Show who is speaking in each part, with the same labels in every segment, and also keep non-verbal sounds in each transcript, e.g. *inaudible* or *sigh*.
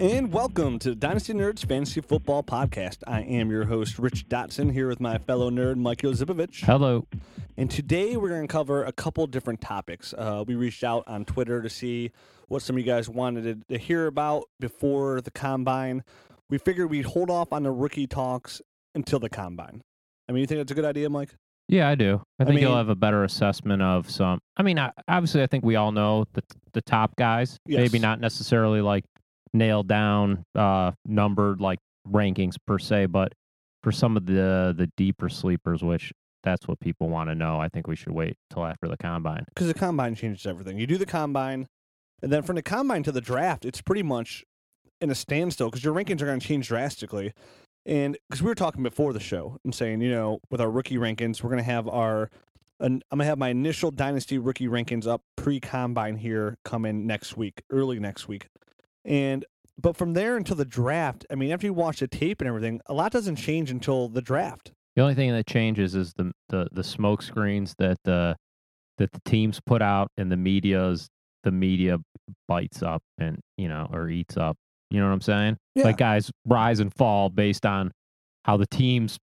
Speaker 1: And welcome to the Dynasty Nerds Fantasy Football Podcast. I am your host, Rich Dotson, here with my fellow nerd, Mike Yozibovich.
Speaker 2: Hello.
Speaker 1: And today we're going to cover a couple different topics. Uh, we reached out on Twitter to see what some of you guys wanted to, to hear about before the combine. We figured we'd hold off on the rookie talks until the combine. I mean, you think that's a good idea, Mike?
Speaker 2: Yeah, I do. I
Speaker 1: I
Speaker 2: think you'll
Speaker 1: mean-
Speaker 2: have a better assessment of some. I mean, I, obviously, I think we all know the the top guys. Maybe
Speaker 1: Yes.
Speaker 2: not necessarily like nailed down, uh, numbered like rankings per se, but for some of the the deeper sleepers, which that's what people want to know. I think we should wait till after the combine.
Speaker 1: Because the combine changes everything. You do the combine, and then from the combine to the draft, it's pretty much in a standstill because your rankings are going to change drastically. And because we were talking before the show and saying, you know, with our rookie rankings, we're going to have our, an, I'm going to have my initial dynasty rookie rankings up pre combine here coming next week, early next week. And, but from there until the draft, I mean, after you watch the tape and everything, a lot doesn't change until the draft.
Speaker 2: The only thing that changes is the the the smoke screens that the that the teams put out and the media's the media bites up and you know or eats up. You know what I'm saying?
Speaker 1: Yeah.
Speaker 2: Like guys rise and fall based on how the teams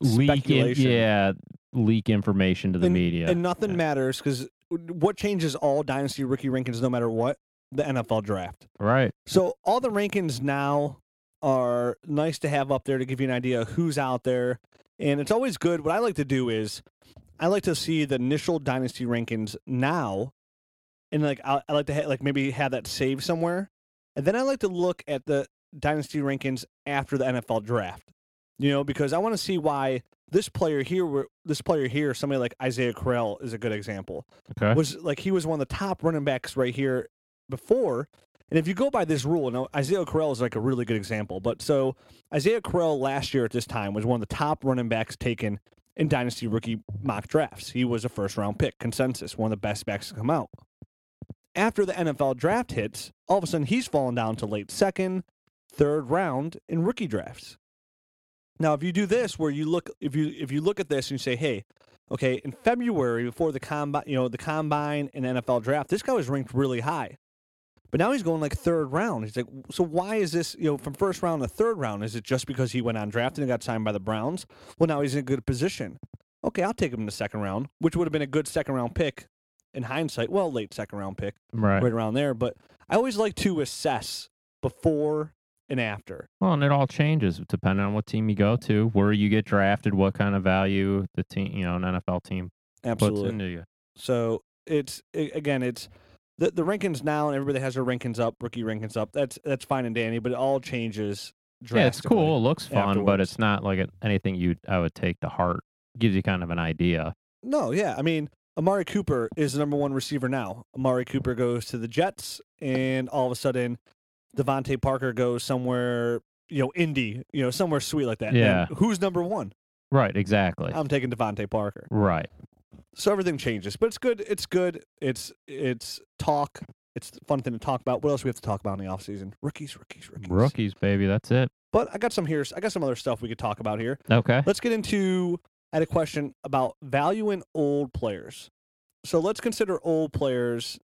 Speaker 2: leak in,
Speaker 1: Speculation.
Speaker 2: yeah leak information to the media.
Speaker 1: And nothing
Speaker 2: Yeah.
Speaker 1: matters because what changes all dynasty rookie rankings, no matter what, the NFL draft.
Speaker 2: right.
Speaker 1: So all the rankings now are nice to have up there to give you an idea of who's out there. And it's always good. What I like to do is I like to see the initial dynasty rankings now. And like I, I like to ha- like maybe have that saved somewhere. And then I like to look at the dynasty rankings after the NFL draft. You know, because I want to see why this player here, were- this player here, somebody like Isaiah Correll is a good example
Speaker 2: Okay.
Speaker 1: was like he was one of the top running backs right here before. And if you go by this rule, now Isaiah Correll is like a really good example. But so Isaiah Correll last year at this time was one of the top running backs taken in dynasty rookie mock drafts. He was a first round pick, consensus, one of the best backs to come out. After the NFL draft hits, all of a sudden he's fallen down to late second, third round in rookie drafts. Now, if you do this, where you look, if you if you look at this and you say, "Hey, okay, in February before the combine, you know, the combine and NFL draft, this guy was ranked really high, but now he's going like third round. He's like, so why is this? You know, from first round to third round, is it just because he went on draft and got signed by the Browns? Well, now he's in a good position. Okay, I'll take him in the second round, which would have been a good second round pick in hindsight. Well, late second round pick
Speaker 2: Right.
Speaker 1: right around there. But I always like to assess before and after.
Speaker 2: Well, and it all changes depending on what team you go to, where you get drafted, what kind of value the team, you know, an NFL team
Speaker 1: Absolutely.
Speaker 2: puts into you.
Speaker 1: So it's a- again, it's the the rankings now, and everybody has their rankings up, rookie rankings up. That's that's fine and dandy, but it all changes.
Speaker 2: Yeah, it's
Speaker 1: drastically.
Speaker 2: cool. It looks fun, but
Speaker 1: afterwards.
Speaker 2: it's not like it- anything you I would take to heart. Gives you kind of an idea.
Speaker 1: No, yeah, I mean. Amari Cooper is the number one receiver now. Amari Cooper goes to the Jets, and all of a sudden, Devontae Parker goes somewhere, you know, Indy, you know, somewhere sweet like that.
Speaker 2: Yeah.
Speaker 1: And who's number one?
Speaker 2: Right. Exactly.
Speaker 1: I'm taking Devontae Parker.
Speaker 2: right.
Speaker 1: so everything changes but it's good it's good it's it's talk it's a fun thing to talk about what else we have to talk about in the offseason rookies rookies rookies
Speaker 2: Rookies, baby. That's it.
Speaker 1: but i got some here i got some other stuff we could talk about here
Speaker 2: Okay.
Speaker 1: let's get into i had a question about valuing old players so let's consider old players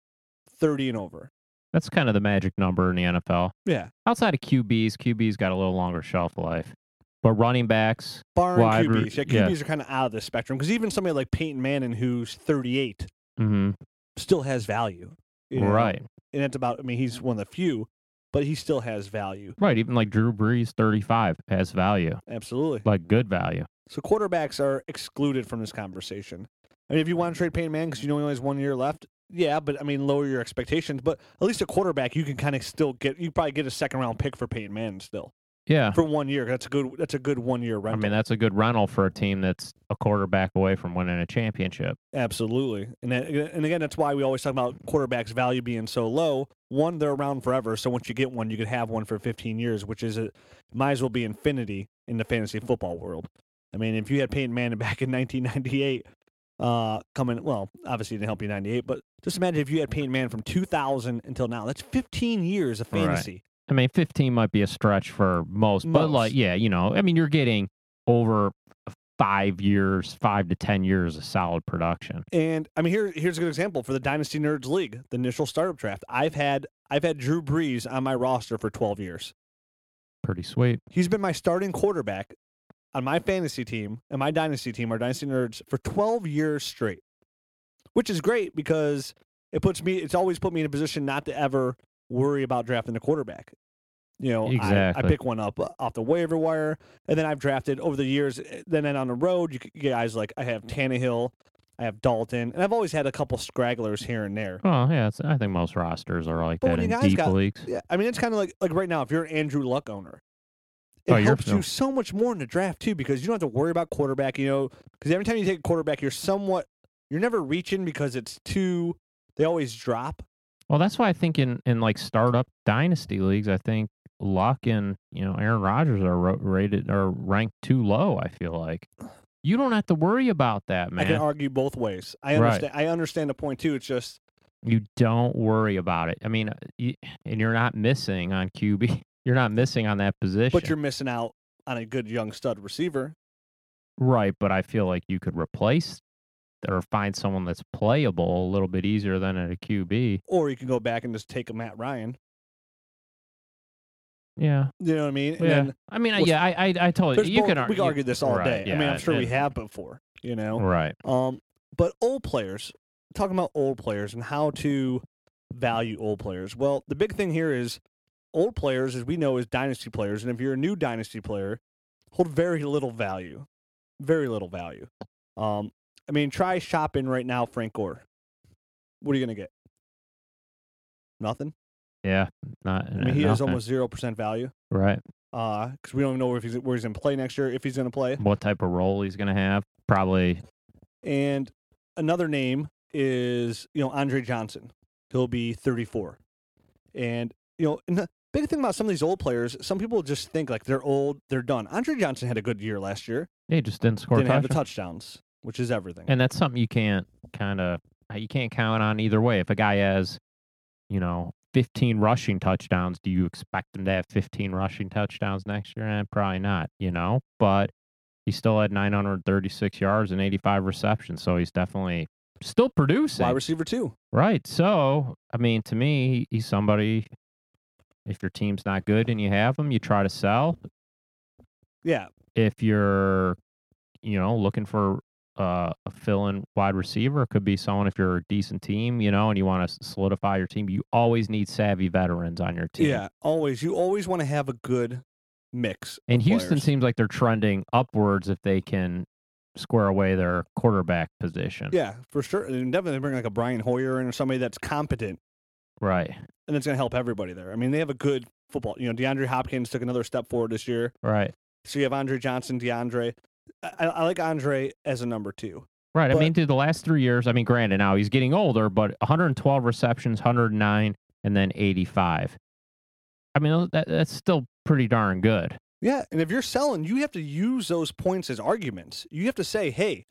Speaker 1: 30 and over
Speaker 2: That's kind of the magic number in the NFL.
Speaker 1: yeah
Speaker 2: Outside of QBs, QBs got a little longer shelf life. But running backs,
Speaker 1: barring
Speaker 2: Wide re-
Speaker 1: qb's yeah
Speaker 2: yeah.
Speaker 1: qb's are kind of out of the spectrum because even somebody like peyton manning who's 38
Speaker 2: mm-hmm.
Speaker 1: still has value you know?
Speaker 2: right.
Speaker 1: and it's about i mean he's one of the few but he still has value
Speaker 2: Right. Even like Drew Brees, 35, has value,
Speaker 1: absolutely
Speaker 2: like good value.
Speaker 1: So quarterbacks are excluded from this conversation. I mean, if you want to trade Peyton Manning because you know he only has one year left, yeah, but I mean, lower your expectations. But at least a quarterback, you can kind of still get. You probably get a second round pick for Peyton Manning still
Speaker 2: Yeah.
Speaker 1: for one year. That's a good. That's a good one year
Speaker 2: Uh-huh. I
Speaker 1: rental.
Speaker 2: mean, that's a good rental for a team that's a quarterback away from winning a championship.
Speaker 1: Absolutely, and that, and again, that's why we always talk about quarterbacks' value being so low. One, they're around forever, so once you get one, you could have one for 15 years, which is a, might as well be infinity in the fantasy football world. I mean, if you had Peyton Manning *laughs* back in 1998, uh, coming well, obviously it didn't help you in 98, but just imagine if you had Peyton Manning from 2000 until now. That's 15 years of
Speaker 2: Right.
Speaker 1: fantasy
Speaker 2: I mean, 15 might be a stretch for most, but
Speaker 1: Most.
Speaker 2: like, yeah, you know, I mean, you're getting over five years, five to 10 years of solid production.
Speaker 1: And I mean, here here's a good example for the Dynasty Nerds League, the initial startup draft. I've had I've had Drew Brees on my roster for 12 years.
Speaker 2: Pretty sweet.
Speaker 1: He's been my starting quarterback on my fantasy team and my dynasty team, our dynasty nerds, for 12 years straight, which is great because it puts me. It's always put me in a position not to ever worry about drafting a quarterback. You know, I, I
Speaker 2: Exactly.
Speaker 1: pick one up uh, off the waiver wire, and then I've drafted over the years. eh, Then and on the road, you, c- you get guys like I have Tannehill, I have Dalton, and I've always had a couple scragglers here and there.
Speaker 2: Oh, yeah. It's, I think most rosters are like
Speaker 1: But
Speaker 2: that
Speaker 1: when
Speaker 2: in
Speaker 1: you guys
Speaker 2: deep
Speaker 1: got-
Speaker 2: leagues.
Speaker 1: Yeah, I mean, it's kind of like like right now, if you're an Andrew Luck owner, it
Speaker 2: Oh, you're-
Speaker 1: helps
Speaker 2: no.
Speaker 1: you so much more in the draft too because you don't have to worry about quarterback. You know, because every time you take a quarterback, you're somewhat you're never reaching because it's too. They always drop.
Speaker 2: Well, that's why I think in, in like startup dynasty leagues, I think Luck and, you know, Aaron Rodgers are ro- rated or ranked too low, I feel like. You don't have to worry about that,
Speaker 1: I can
Speaker 2: man.
Speaker 1: argue both ways. I
Speaker 2: Right.
Speaker 1: understand. I understand the point too. It's just
Speaker 2: you don't worry about it. I mean, you, and you're not missing on QB. *laughs* You're not missing on that position.
Speaker 1: but you're missing out on a good young stud receiver.
Speaker 2: Right, but I feel like you could replace or find someone that's playable a little bit easier than at a QB.
Speaker 1: Or you can go back and just take a Matt Ryan.
Speaker 2: Yeah,
Speaker 1: You know what I mean? And
Speaker 2: yeah.
Speaker 1: then
Speaker 2: I mean, I
Speaker 1: Well,
Speaker 2: yeah, I I, I totally
Speaker 1: there's
Speaker 2: you
Speaker 1: both-
Speaker 2: can argue.
Speaker 1: we can argue this all
Speaker 2: right,
Speaker 1: day. I mean,
Speaker 2: yeah,
Speaker 1: I'm sure we
Speaker 2: and-
Speaker 1: have before. You know,
Speaker 2: Right.
Speaker 1: Um, but old players, talking about old players and how to value old players. Well, the big thing here is old players, as we know, is dynasty players, and if you're a new dynasty player, hold very little value, very little value. Um, I mean, try shopping right now, Frank Gore. What are you gonna get? Nothing.
Speaker 2: Yeah. Not.
Speaker 1: I mean, he has
Speaker 2: Uh, nothing.
Speaker 1: almost zero percent value.
Speaker 2: right.
Speaker 1: Uh, because we don't even know if he's where he's gonna play next year, if he's gonna play.
Speaker 2: What type of role he's gonna have? Probably.
Speaker 1: And another name is, you know, Andre Johnson. He'll be 34. And, you know, and the big thing about some of these old players, some people just think like they're old, they're done. Andre Johnson had a good year last year,
Speaker 2: He just didn't score. a
Speaker 1: didn't have the
Speaker 2: touchdown.
Speaker 1: touchdowns, which is everything.
Speaker 2: and that's something you can't kind of you can't count on either way. If a guy has, you know, 15 rushing touchdowns, do you expect him to have 15 rushing touchdowns next year? And probably not, you know. But he still had 936 yards and 85 receptions, so he's definitely still producing.
Speaker 1: Wide receiver, too.
Speaker 2: Right. So, I mean, to me, he's somebody. If your team's not good and you have him, you try to sell
Speaker 1: Yeah.
Speaker 2: if you're, you know, looking for uh, a fill-in wide receiver, it could be someone if you're a decent team, you know, and you want to solidify your team. You always need savvy veterans on your team.
Speaker 1: Yeah. Always. You always want to have a good mix.
Speaker 2: And
Speaker 1: of
Speaker 2: Houston
Speaker 1: players.
Speaker 2: seems like they're trending upwards if they can square away their quarterback position.
Speaker 1: Yeah, for sure. And definitely bring like a Brian Hoyer in or somebody that's competent
Speaker 2: Right.
Speaker 1: and it's going to help everybody there. I mean, they have a good football. You know, DeAndre Hopkins took another step forward this year.
Speaker 2: Right.
Speaker 1: So you have Andre Johnson, DeAndre. I, I like Andre as a number two.
Speaker 2: Right.
Speaker 1: But-
Speaker 2: I mean, through the last three years, I mean, granted, now he's getting older, but 112 receptions, 109, and then 85. I mean, tho- that, that's still pretty darn good.
Speaker 1: Yeah, and if you're selling, you have to use those points as arguments. You have to say, hey,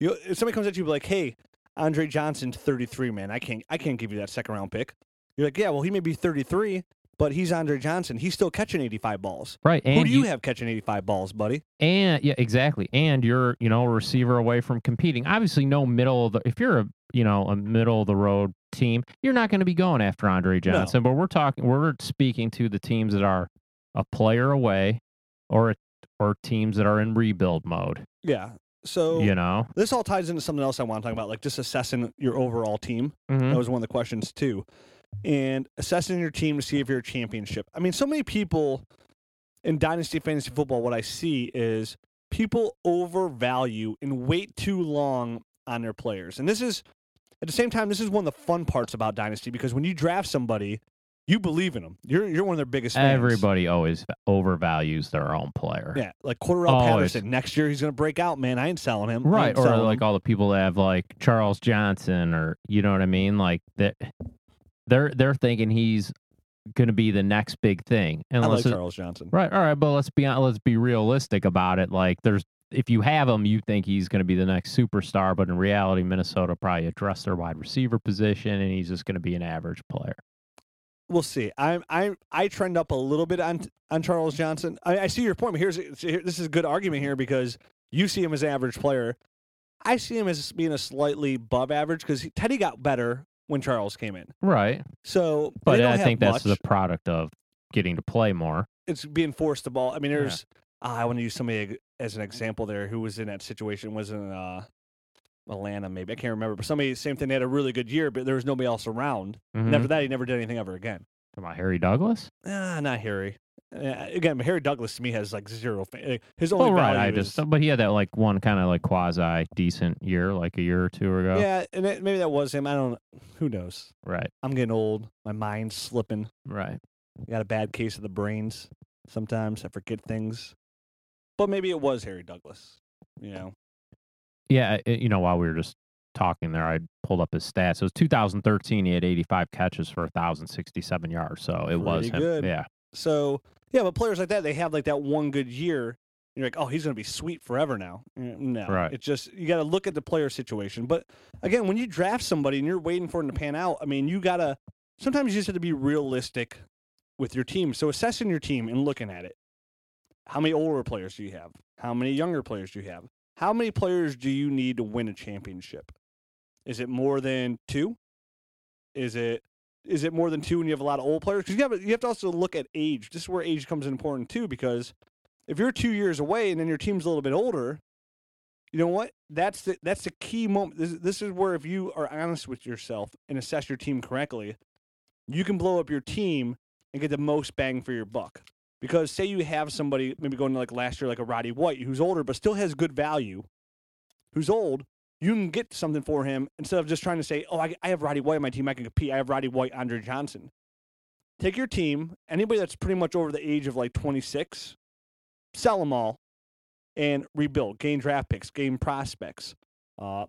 Speaker 1: you, if somebody comes at you like, hey, Andre Johnson, 33, man, I can't, I can't give you that second round pick. You're like, yeah, well, he may be 33, but he's Andre Johnson. He's still catching 85 balls.
Speaker 2: Right. And
Speaker 1: Who do you, have catching 85 balls, buddy?
Speaker 2: And yeah, exactly. And you're, you know, a receiver away from competing. Obviously, no middle of the if you're a you know, a middle of the road team, you're not going to be going after Andre Johnson. But we're talking we're speaking to the teams that are a player away or or teams that are in rebuild mode.
Speaker 1: Yeah. So
Speaker 2: you know?
Speaker 1: this all ties into something else I want to talk about, like just assessing your overall team.
Speaker 2: Mhm.
Speaker 1: That was one of the questions too. And assessing your team to see if you're a championship. I mean, so many people in dynasty fantasy football, what I see is people overvalue and wait too long on their players. And this is at the same time, this is one of the fun parts about dynasty because when you draft somebody, you believe in them. You're you're one of their biggest fans.
Speaker 2: Everybody always overvalues their own player.
Speaker 1: Yeah, like Cordell
Speaker 2: Always.
Speaker 1: Patterson. Next year he's gonna break out, man. I ain't selling him. I
Speaker 2: Right.
Speaker 1: ain't
Speaker 2: Or um,
Speaker 1: selling
Speaker 2: like
Speaker 1: him.
Speaker 2: all the people that have like Charles Johnson or you know what I mean? Like that they're they're thinking he's gonna be the next big thing. And
Speaker 1: I like
Speaker 2: let's just-
Speaker 1: Charles Johnson.
Speaker 2: Right. All right. But let's be hon- let's be realistic about it. Like, there's if you have him, you think he's going to be the next superstar, but in reality, Minnesota probably addressed their wide receiver position, and he's just going to be an average player.
Speaker 1: We'll see. I'm I I trend up a little bit on on Charles Johnson. I, I see your point. but Here's here, this is a good argument here because you see him as an average player. I see him as being a slightly above average because Teddy got better when Charles came in.
Speaker 2: Right.
Speaker 1: So,
Speaker 2: But
Speaker 1: they don't
Speaker 2: I
Speaker 1: have
Speaker 2: think that's
Speaker 1: much.
Speaker 2: the product of getting to play more.
Speaker 1: it's being forced to ball. I mean,
Speaker 2: Yeah.
Speaker 1: there's ah, I want to use somebody as an example there who was in that situation was in uh, Atlanta maybe I can't remember, but somebody same thing. They had a really good year, but there was nobody else around. And
Speaker 2: Mhm.
Speaker 1: after that, he never did anything ever again.
Speaker 2: Talking about Harry Douglas?
Speaker 1: Ah, not Harry. Uh, again, Harry Douglas to me has like zero. Fa- like, his only
Speaker 2: Well, right.
Speaker 1: value
Speaker 2: I
Speaker 1: is-
Speaker 2: just, but he had that like one kind of like quasi decent year, like a year or two ago.
Speaker 1: yeah, and it, maybe that was him. I don't. Who knows?
Speaker 2: Right.
Speaker 1: I'm getting old. My mind's slipping.
Speaker 2: Right.
Speaker 1: I got a bad case of the brains. Sometimes I forget things. But maybe it was Harry Douglas. You know.
Speaker 2: Yeah. I- you know, while we were just talking there, I pulled up his stats. It was 2013. He had 85 catches for 1,067 yards. So it was
Speaker 1: Pretty
Speaker 2: him.
Speaker 1: good.
Speaker 2: Yeah.
Speaker 1: So yeah, but players like that, they have like that one good year. You're like, oh, he's going to be sweet forever now. Mm, No,
Speaker 2: Right.
Speaker 1: It's just you got to look at the player situation. But again, when you draft somebody and you're waiting for him to pan out, I mean, you gotta. Sometimes you just have to be realistic with your team. So assessing your team and looking at it, how many older players do you have? How many younger players do you have? How many players do you need to win a championship? Is it more than two? Is it is it more than two and you have a lot of old players? Because you have you have to also look at age. This is where age comes in important too, because if you're two years away and then your team's a little bit older, you know what? That's the that's the key moment. This, this is where if you are honest with yourself and assess your team correctly, you can blow up your team and get the most bang for your buck. Because say you have somebody maybe going to like last year like a Roddy White who's older but still has good value, who's old, you can get something for him instead of just trying to say, oh, I, I have Roddy White on my team. I can compete. I have Roddy White, Andre Johnson. Take your team, anybody that's pretty much over the age of like 26, sell them all and rebuild, gain draft picks, gain prospects. Because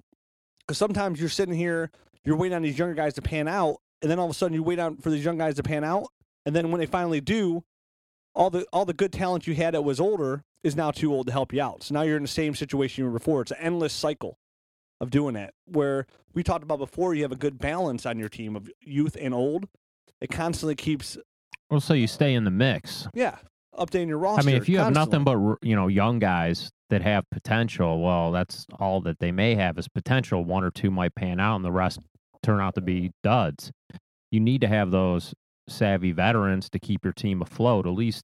Speaker 1: sometimes you're sitting here, you're waiting on these younger guys to pan out, and then all of a sudden you wait on for these young guys to pan out, and then when they finally do, all the all the good talent you had that was older is now too old to help you out. So now you're in the same situation you were before. It's an endless cycle of doing that. Where we talked about before, you have a good balance on your team of youth and old. It constantly keeps,
Speaker 2: Well, so you stay in the mix.
Speaker 1: yeah, updating your roster.
Speaker 2: I mean, if you have
Speaker 1: constantly.
Speaker 2: nothing but r- you know young guys that have potential, well, that's all that they may have is potential. One or two might pan out, and the rest turn out to be duds. You need to have those savvy veterans to keep your team afloat, at least,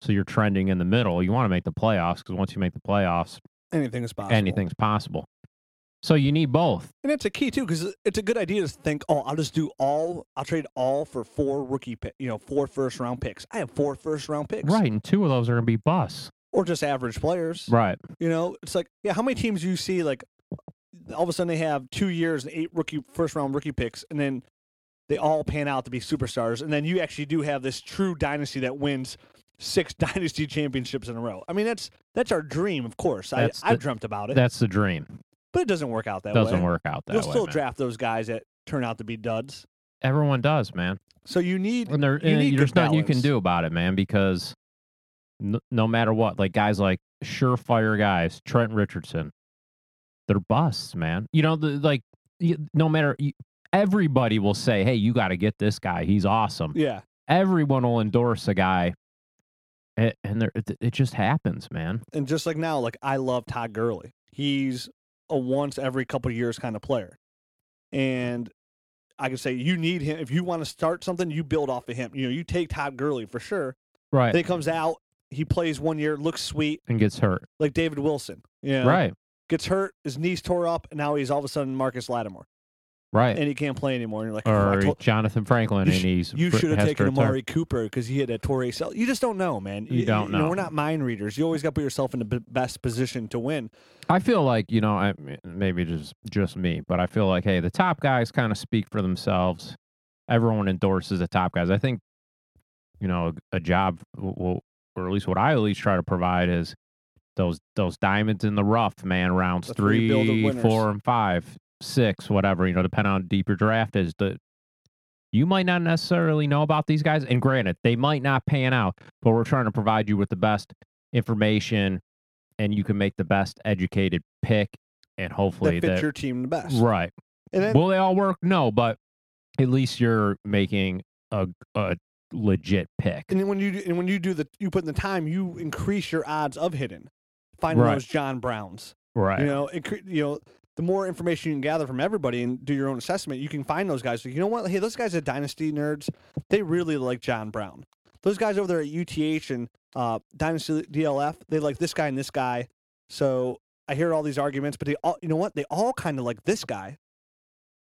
Speaker 2: so you're trending in the middle. You want to make the playoffs because once you make the playoffs,
Speaker 1: anything is possible.
Speaker 2: anything's possible. So you need both.
Speaker 1: And it's a key too, because it's a good idea to think, oh, I'll just do all, I'll trade all for four rookie, pick, you know, four first round picks. I have four first round picks,
Speaker 2: Right, and two of those are going to be busts.
Speaker 1: Or just average players,
Speaker 2: Right.
Speaker 1: You know, it's like, yeah, how many teams do you see like all of a sudden they have two years and eight rookie first round rookie picks, and then they all pan out to be superstars, and then you actually do have this true dynasty that wins six *laughs* dynasty championships in a row. I mean, that's that's our dream, of course. I,
Speaker 2: That's
Speaker 1: I've
Speaker 2: the-
Speaker 1: dreamt about it,
Speaker 2: That's the dream.
Speaker 1: but it doesn't work out that way.
Speaker 2: Doesn't work out that
Speaker 1: You'll
Speaker 2: way.
Speaker 1: still
Speaker 2: man.
Speaker 1: draft those guys that turn out to be duds.
Speaker 2: Everyone does, man.
Speaker 1: So you need
Speaker 2: and, there,
Speaker 1: you
Speaker 2: and
Speaker 1: need
Speaker 2: there's
Speaker 1: good
Speaker 2: nothing you can
Speaker 1: balance.
Speaker 2: do about it, man, because no, no matter what, like guys like surefire guys, Trent Richardson, they're busts, man. You know, the, like y- no matter y- everybody will say, "Hey, you got to get this guy. He's awesome."
Speaker 1: yeah.
Speaker 2: Everyone will endorse a guy, and, and there, it, it just happens, man.
Speaker 1: And just like now, like I love Todd Gurley. He's a once every couple years kind of player. And I can say you need him if you want to start something, you build off of him. You know, you take Todd Gurley for sure.
Speaker 2: Right,
Speaker 1: Then he comes out, he plays one year, looks sweet,
Speaker 2: and gets hurt.
Speaker 1: like David Wilson. Yeah.
Speaker 2: Right,
Speaker 1: Gets hurt, his knees tore up, and now he's all of a sudden Marcus Lattimore.
Speaker 2: right.
Speaker 1: And he can't play anymore. And you're like, "Oh, I
Speaker 2: or
Speaker 1: told-
Speaker 2: Jonathan Franklin,
Speaker 1: You
Speaker 2: and
Speaker 1: sh-
Speaker 2: he's
Speaker 1: You
Speaker 2: fr-
Speaker 1: should have
Speaker 2: has to
Speaker 1: taken
Speaker 2: retire.
Speaker 1: Amari Cooper because he had a torn ACL. You just don't know, man.
Speaker 2: You don't know.
Speaker 1: We're not mind readers. You always got to put yourself in the b- best position to win.
Speaker 2: I feel like you know, I, maybe just just me, but I feel like hey, the top guys kind of speak for themselves. Everyone endorses the top guys. I think you know a job, w- w- or at least what I at least try to provide is those those diamonds in the rough, man. Rounds
Speaker 1: That's where you build the
Speaker 2: three,
Speaker 1: winners.
Speaker 2: four, and five, six, whatever you know, depending on how deep your draft is. The you might not necessarily know about these guys, and granted, they might not pan out, but we're trying to provide you with the best information and you can make the best educated pick and hopefully
Speaker 1: that fits
Speaker 2: that
Speaker 1: your team the best.
Speaker 2: right
Speaker 1: And then,
Speaker 2: will they all work no but at least you're making a a legit pick.
Speaker 1: And then when you do- and when you do the you put in the time, you increase your odds of hitting. Finding
Speaker 2: Right.
Speaker 1: those John Browns,
Speaker 2: Right.
Speaker 1: you know, incre- you know, the more information you can gather from everybody and do your own assessment, you can find those guys. Like, you know what? Hey, those guys at Dynasty Nerds, they really like John Brown. Those guys over there at UTH and uh, Dynasty DLF, they like this guy and this guy. So I hear all these arguments, but they all, you know what? They all kind of like this guy.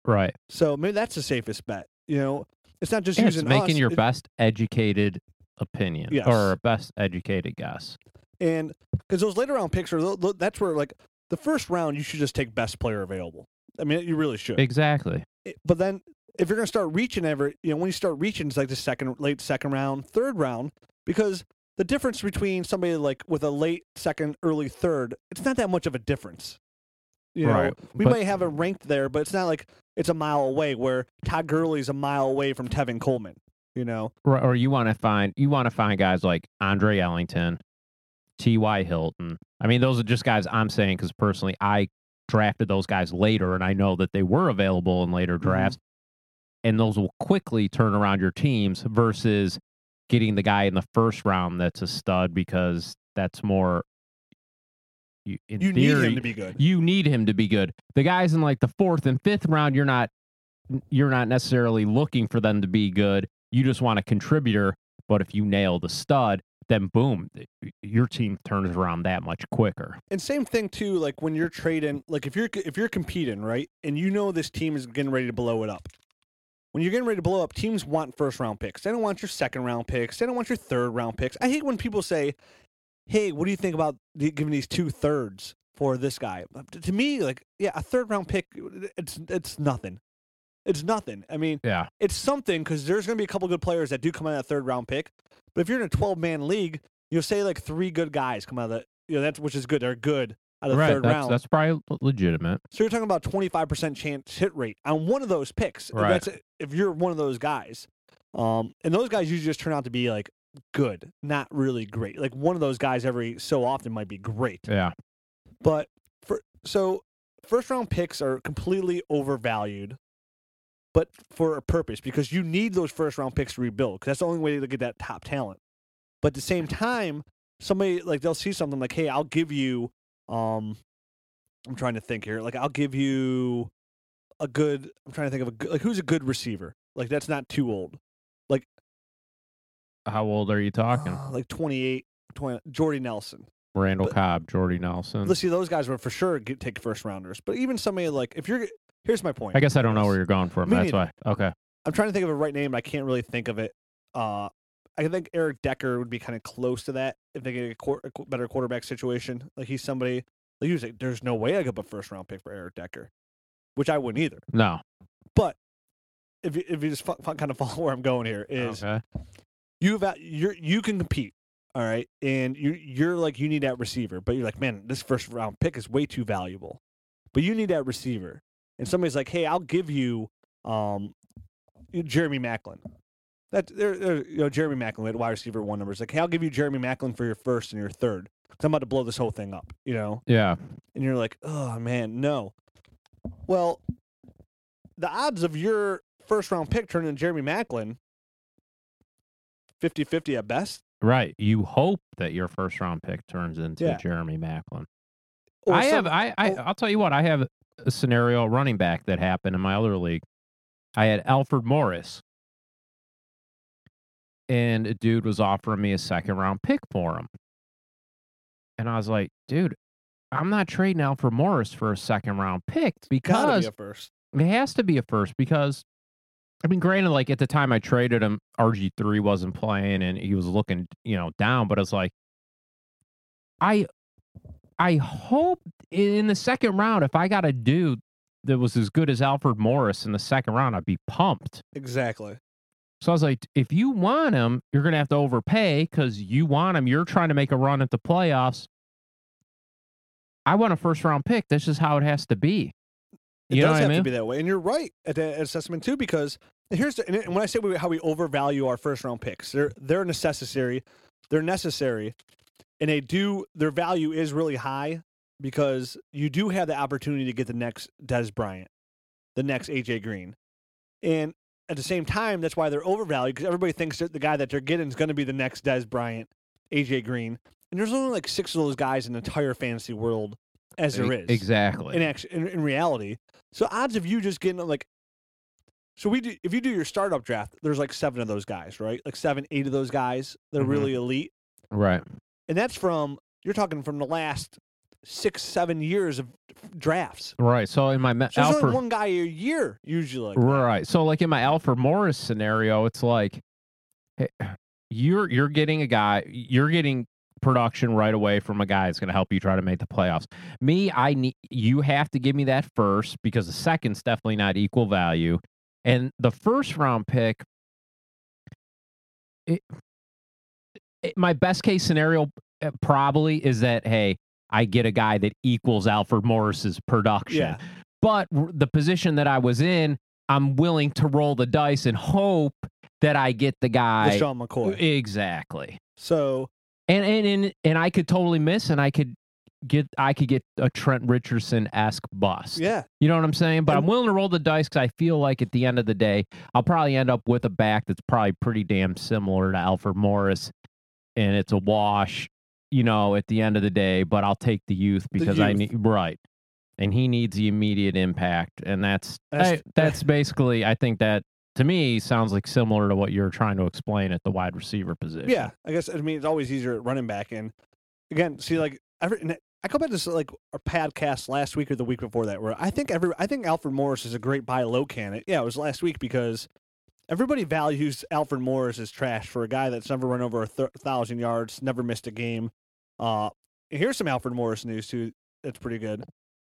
Speaker 2: right.
Speaker 1: So maybe that's the safest bet. You know, it's not just
Speaker 2: Yeah, it's
Speaker 1: using
Speaker 2: making
Speaker 1: us,
Speaker 2: your
Speaker 1: it-
Speaker 2: best educated opinion
Speaker 1: Yes.
Speaker 2: or best educated guess.
Speaker 1: and because those later round picks are tho- tho- that's where like the first round you should just take best player available. I mean, you really should.
Speaker 2: Exactly.
Speaker 1: It- But then if you're gonna start reaching ever, you know, when you start reaching, it's like the second, late second round, third round, because the difference between somebody like with a late second, early third, it's not that much of a difference. You know,
Speaker 2: Right,
Speaker 1: we
Speaker 2: but-
Speaker 1: may have it ranked there, but it's not like it's a mile away where Todd Gurley's a mile away from Tevin Coleman. You know,
Speaker 2: Or, or you want to find you want to find guys like Andre Ellington, T.Y. Hilton. I mean, those are just guys I'm saying because personally, I drafted those guys later, and I know that they were available in later
Speaker 1: Mm-hmm.
Speaker 2: drafts, and those will quickly turn around your teams versus getting the guy in the first round that's a stud because that's more. You, in
Speaker 1: you need
Speaker 2: theory-
Speaker 1: him to be good.
Speaker 2: you need him to be good. The guys in like the fourth and fifth round, you're not you're not necessarily looking for them to be good. You just want a contributor. But if you nail the stud, then boom, your team turns around that much quicker.
Speaker 1: And same thing too, like when you're trading, like if you're if you're competing, right, and you know this team is getting ready to blow it up. When you're getting ready to blow up, teams want first round picks. They don't want your second round picks. They don't want your third round picks. I hate when people say, "Hey, what do you think about the- giving these two thirds for this guy?" T- To me, like, yeah, a third round pick, it's it's nothing. It's nothing. I mean,
Speaker 2: Yeah.
Speaker 1: it's something because there's going to be a couple good players that do come out of that third round pick. But if you're in a 12 man league, you'll say like three good guys come out of that, you know, that's which is good. They're good out of the
Speaker 2: right.
Speaker 1: third
Speaker 2: That's,
Speaker 1: round.
Speaker 2: that's probably legitimate.
Speaker 1: so you're talking about 25% chance hit rate on one of those picks. if
Speaker 2: Right.
Speaker 1: That's if you're one of those guys. Um, and those guys usually just turn out to be like good, not really great. Like one of those guys every so often might be great.
Speaker 2: Yeah.
Speaker 1: But for so first round picks are completely overvalued, but for a purpose because you need those first round picks to rebuild 'cause that's the only way to get that top talent. But at the same time, somebody like they'll see something like, "Hey, I'll give you um I'm trying to think here. Like I'll give you a good I'm trying to think of a good, like who's a good receiver? Like that's not too old.
Speaker 2: How old are you talking?
Speaker 1: Ah, like 28 20, Jordy Nelson.
Speaker 2: Randall
Speaker 1: but-
Speaker 2: Cobb, Jordy Nelson.
Speaker 1: Let's see, those guys were for sure get, take first rounders. But even somebody like if you're here's my point.
Speaker 2: I guess I don't know where you're going from.
Speaker 1: Me
Speaker 2: That's why. Okay.
Speaker 1: I'm trying to think of a right name. and I can't really think of it. Uh, I think Eric Decker would be kind of close to that if they get a, quar- a qu- better quarterback situation. Like he's somebody. Like you say, there's no way I could put first round pick for Eric Decker, which I wouldn't either.
Speaker 2: No.
Speaker 1: If you, if you just kind of *laughs* follow where I'm going here is
Speaker 2: okay.
Speaker 1: you've out, you're you can compete, all right, and you you're like you need that receiver, but you're like man, this first round pick is way too valuable, but you need that receiver, and somebody's like, hey, I'll give you um, you- Jeremy Macklin. That there, there, you know, Jeremy Macklin, we had wide receiver one numbers. Like, hey, I'll give you Jeremy Macklin for your first and your third. 'cause I'm about to blow this whole thing up, you know
Speaker 2: Yeah.
Speaker 1: and you're like, oh man, no. Well, the odds of your first round pick turning into Jeremy Macklin 50 50 at best.
Speaker 2: Right. You hope that your first round pick turns into
Speaker 1: Yeah.
Speaker 2: Jeremy Macklin.
Speaker 1: Or
Speaker 2: I
Speaker 1: some-
Speaker 2: have I, I
Speaker 1: or-
Speaker 2: I'll tell you what, I have a scenario running back that happened in my other league. I had Alfred Morris. And a dude was offering me a second round pick for him. And I was like, dude, I'm not trading Alfred Morris for a second round pick
Speaker 1: gotta
Speaker 2: because
Speaker 1: be a first.
Speaker 2: it has to be a first because I mean, granted, like at the time I traded him, RG three wasn't playing and he was looking, you know, down. But it's like, I, I hope in the second round, if I got a dude that was as good as Alfred Morris in the second round, I'd be pumped.
Speaker 1: Exactly.
Speaker 2: So I was like, if you want him, you're gonna have to overpay because you want him. You're trying to make a run at the playoffs. I want a first round pick. This is how it has to be.
Speaker 1: It
Speaker 2: You know
Speaker 1: does
Speaker 2: what I
Speaker 1: have
Speaker 2: mean?
Speaker 1: to be that way. And you're right at that assessment too, because and here's the, and and when I say we, how we overvalue our first round picks, they're they're necessary, they're necessary, and they do their value is really high because you do have the opportunity to get the next Des Bryant, the next AJ Green, and at the same time, that's why they're overvalued because everybody thinks that the guy that they're getting is going to be the next Des Bryant, AJ Green, and there's only like six of those guys in the entire fantasy world, as there
Speaker 2: E-
Speaker 1: is
Speaker 2: Exactly.
Speaker 1: in action in, in reality. So odds of you just getting like, so we do if you do your startup draft, there's like seven of those guys, right? Like seven, eight of those guys that are
Speaker 2: Mhm.
Speaker 1: really elite,
Speaker 2: right.
Speaker 1: and that's from you're talking from the last six, seven years of drafts.
Speaker 2: Right. So in my me-
Speaker 1: So there's
Speaker 2: Alfred-
Speaker 1: only one guy a year usually.
Speaker 2: right. So like in my Alfred Morris scenario, it's like hey, you're you're getting a guy, you're getting production right away from a guy that's going to help you try to make the playoffs. Me, I need you have to give me that first because the second's definitely not equal value, and the first round pick. It, it, my best case scenario uh, probably is that hey, I get a guy that equals Alfred Morris's production
Speaker 1: Yeah.
Speaker 2: but r- the position that I was in, I'm willing to roll the dice and hope that I get the guy
Speaker 1: LaShawn McCoy.
Speaker 2: exactly.
Speaker 1: So
Speaker 2: And and and and I could totally miss, and I could get I could get a Trent Richardson esque bust.
Speaker 1: yeah,
Speaker 2: You know what I'm saying? But I'm
Speaker 1: And-
Speaker 2: willing to roll the dice because I feel like at the end of the day, I'll probably end up with a back that's probably pretty damn similar to Alfred Morris, and it's a wash. You know, at the end of the day, but I'll take the youth because I
Speaker 1: youth.
Speaker 2: need right, and he needs the immediate impact, and that's
Speaker 1: That's-
Speaker 2: I- that's basically I think that to me sounds like similar to what you're trying to explain at the wide receiver position.
Speaker 1: yeah. I guess I mean it's always easier at running back. And again, see like every. And I go back to this, like our podcast last week or the week before that, where I think every I think Alfred Morris is a great buy low candidate. Yeah, it was last week because everybody values Alfred Morris as trash for a guy that's never run over a th- thousand yards, never missed a game. Uh, here's some Alfred Morris news too. That's pretty good.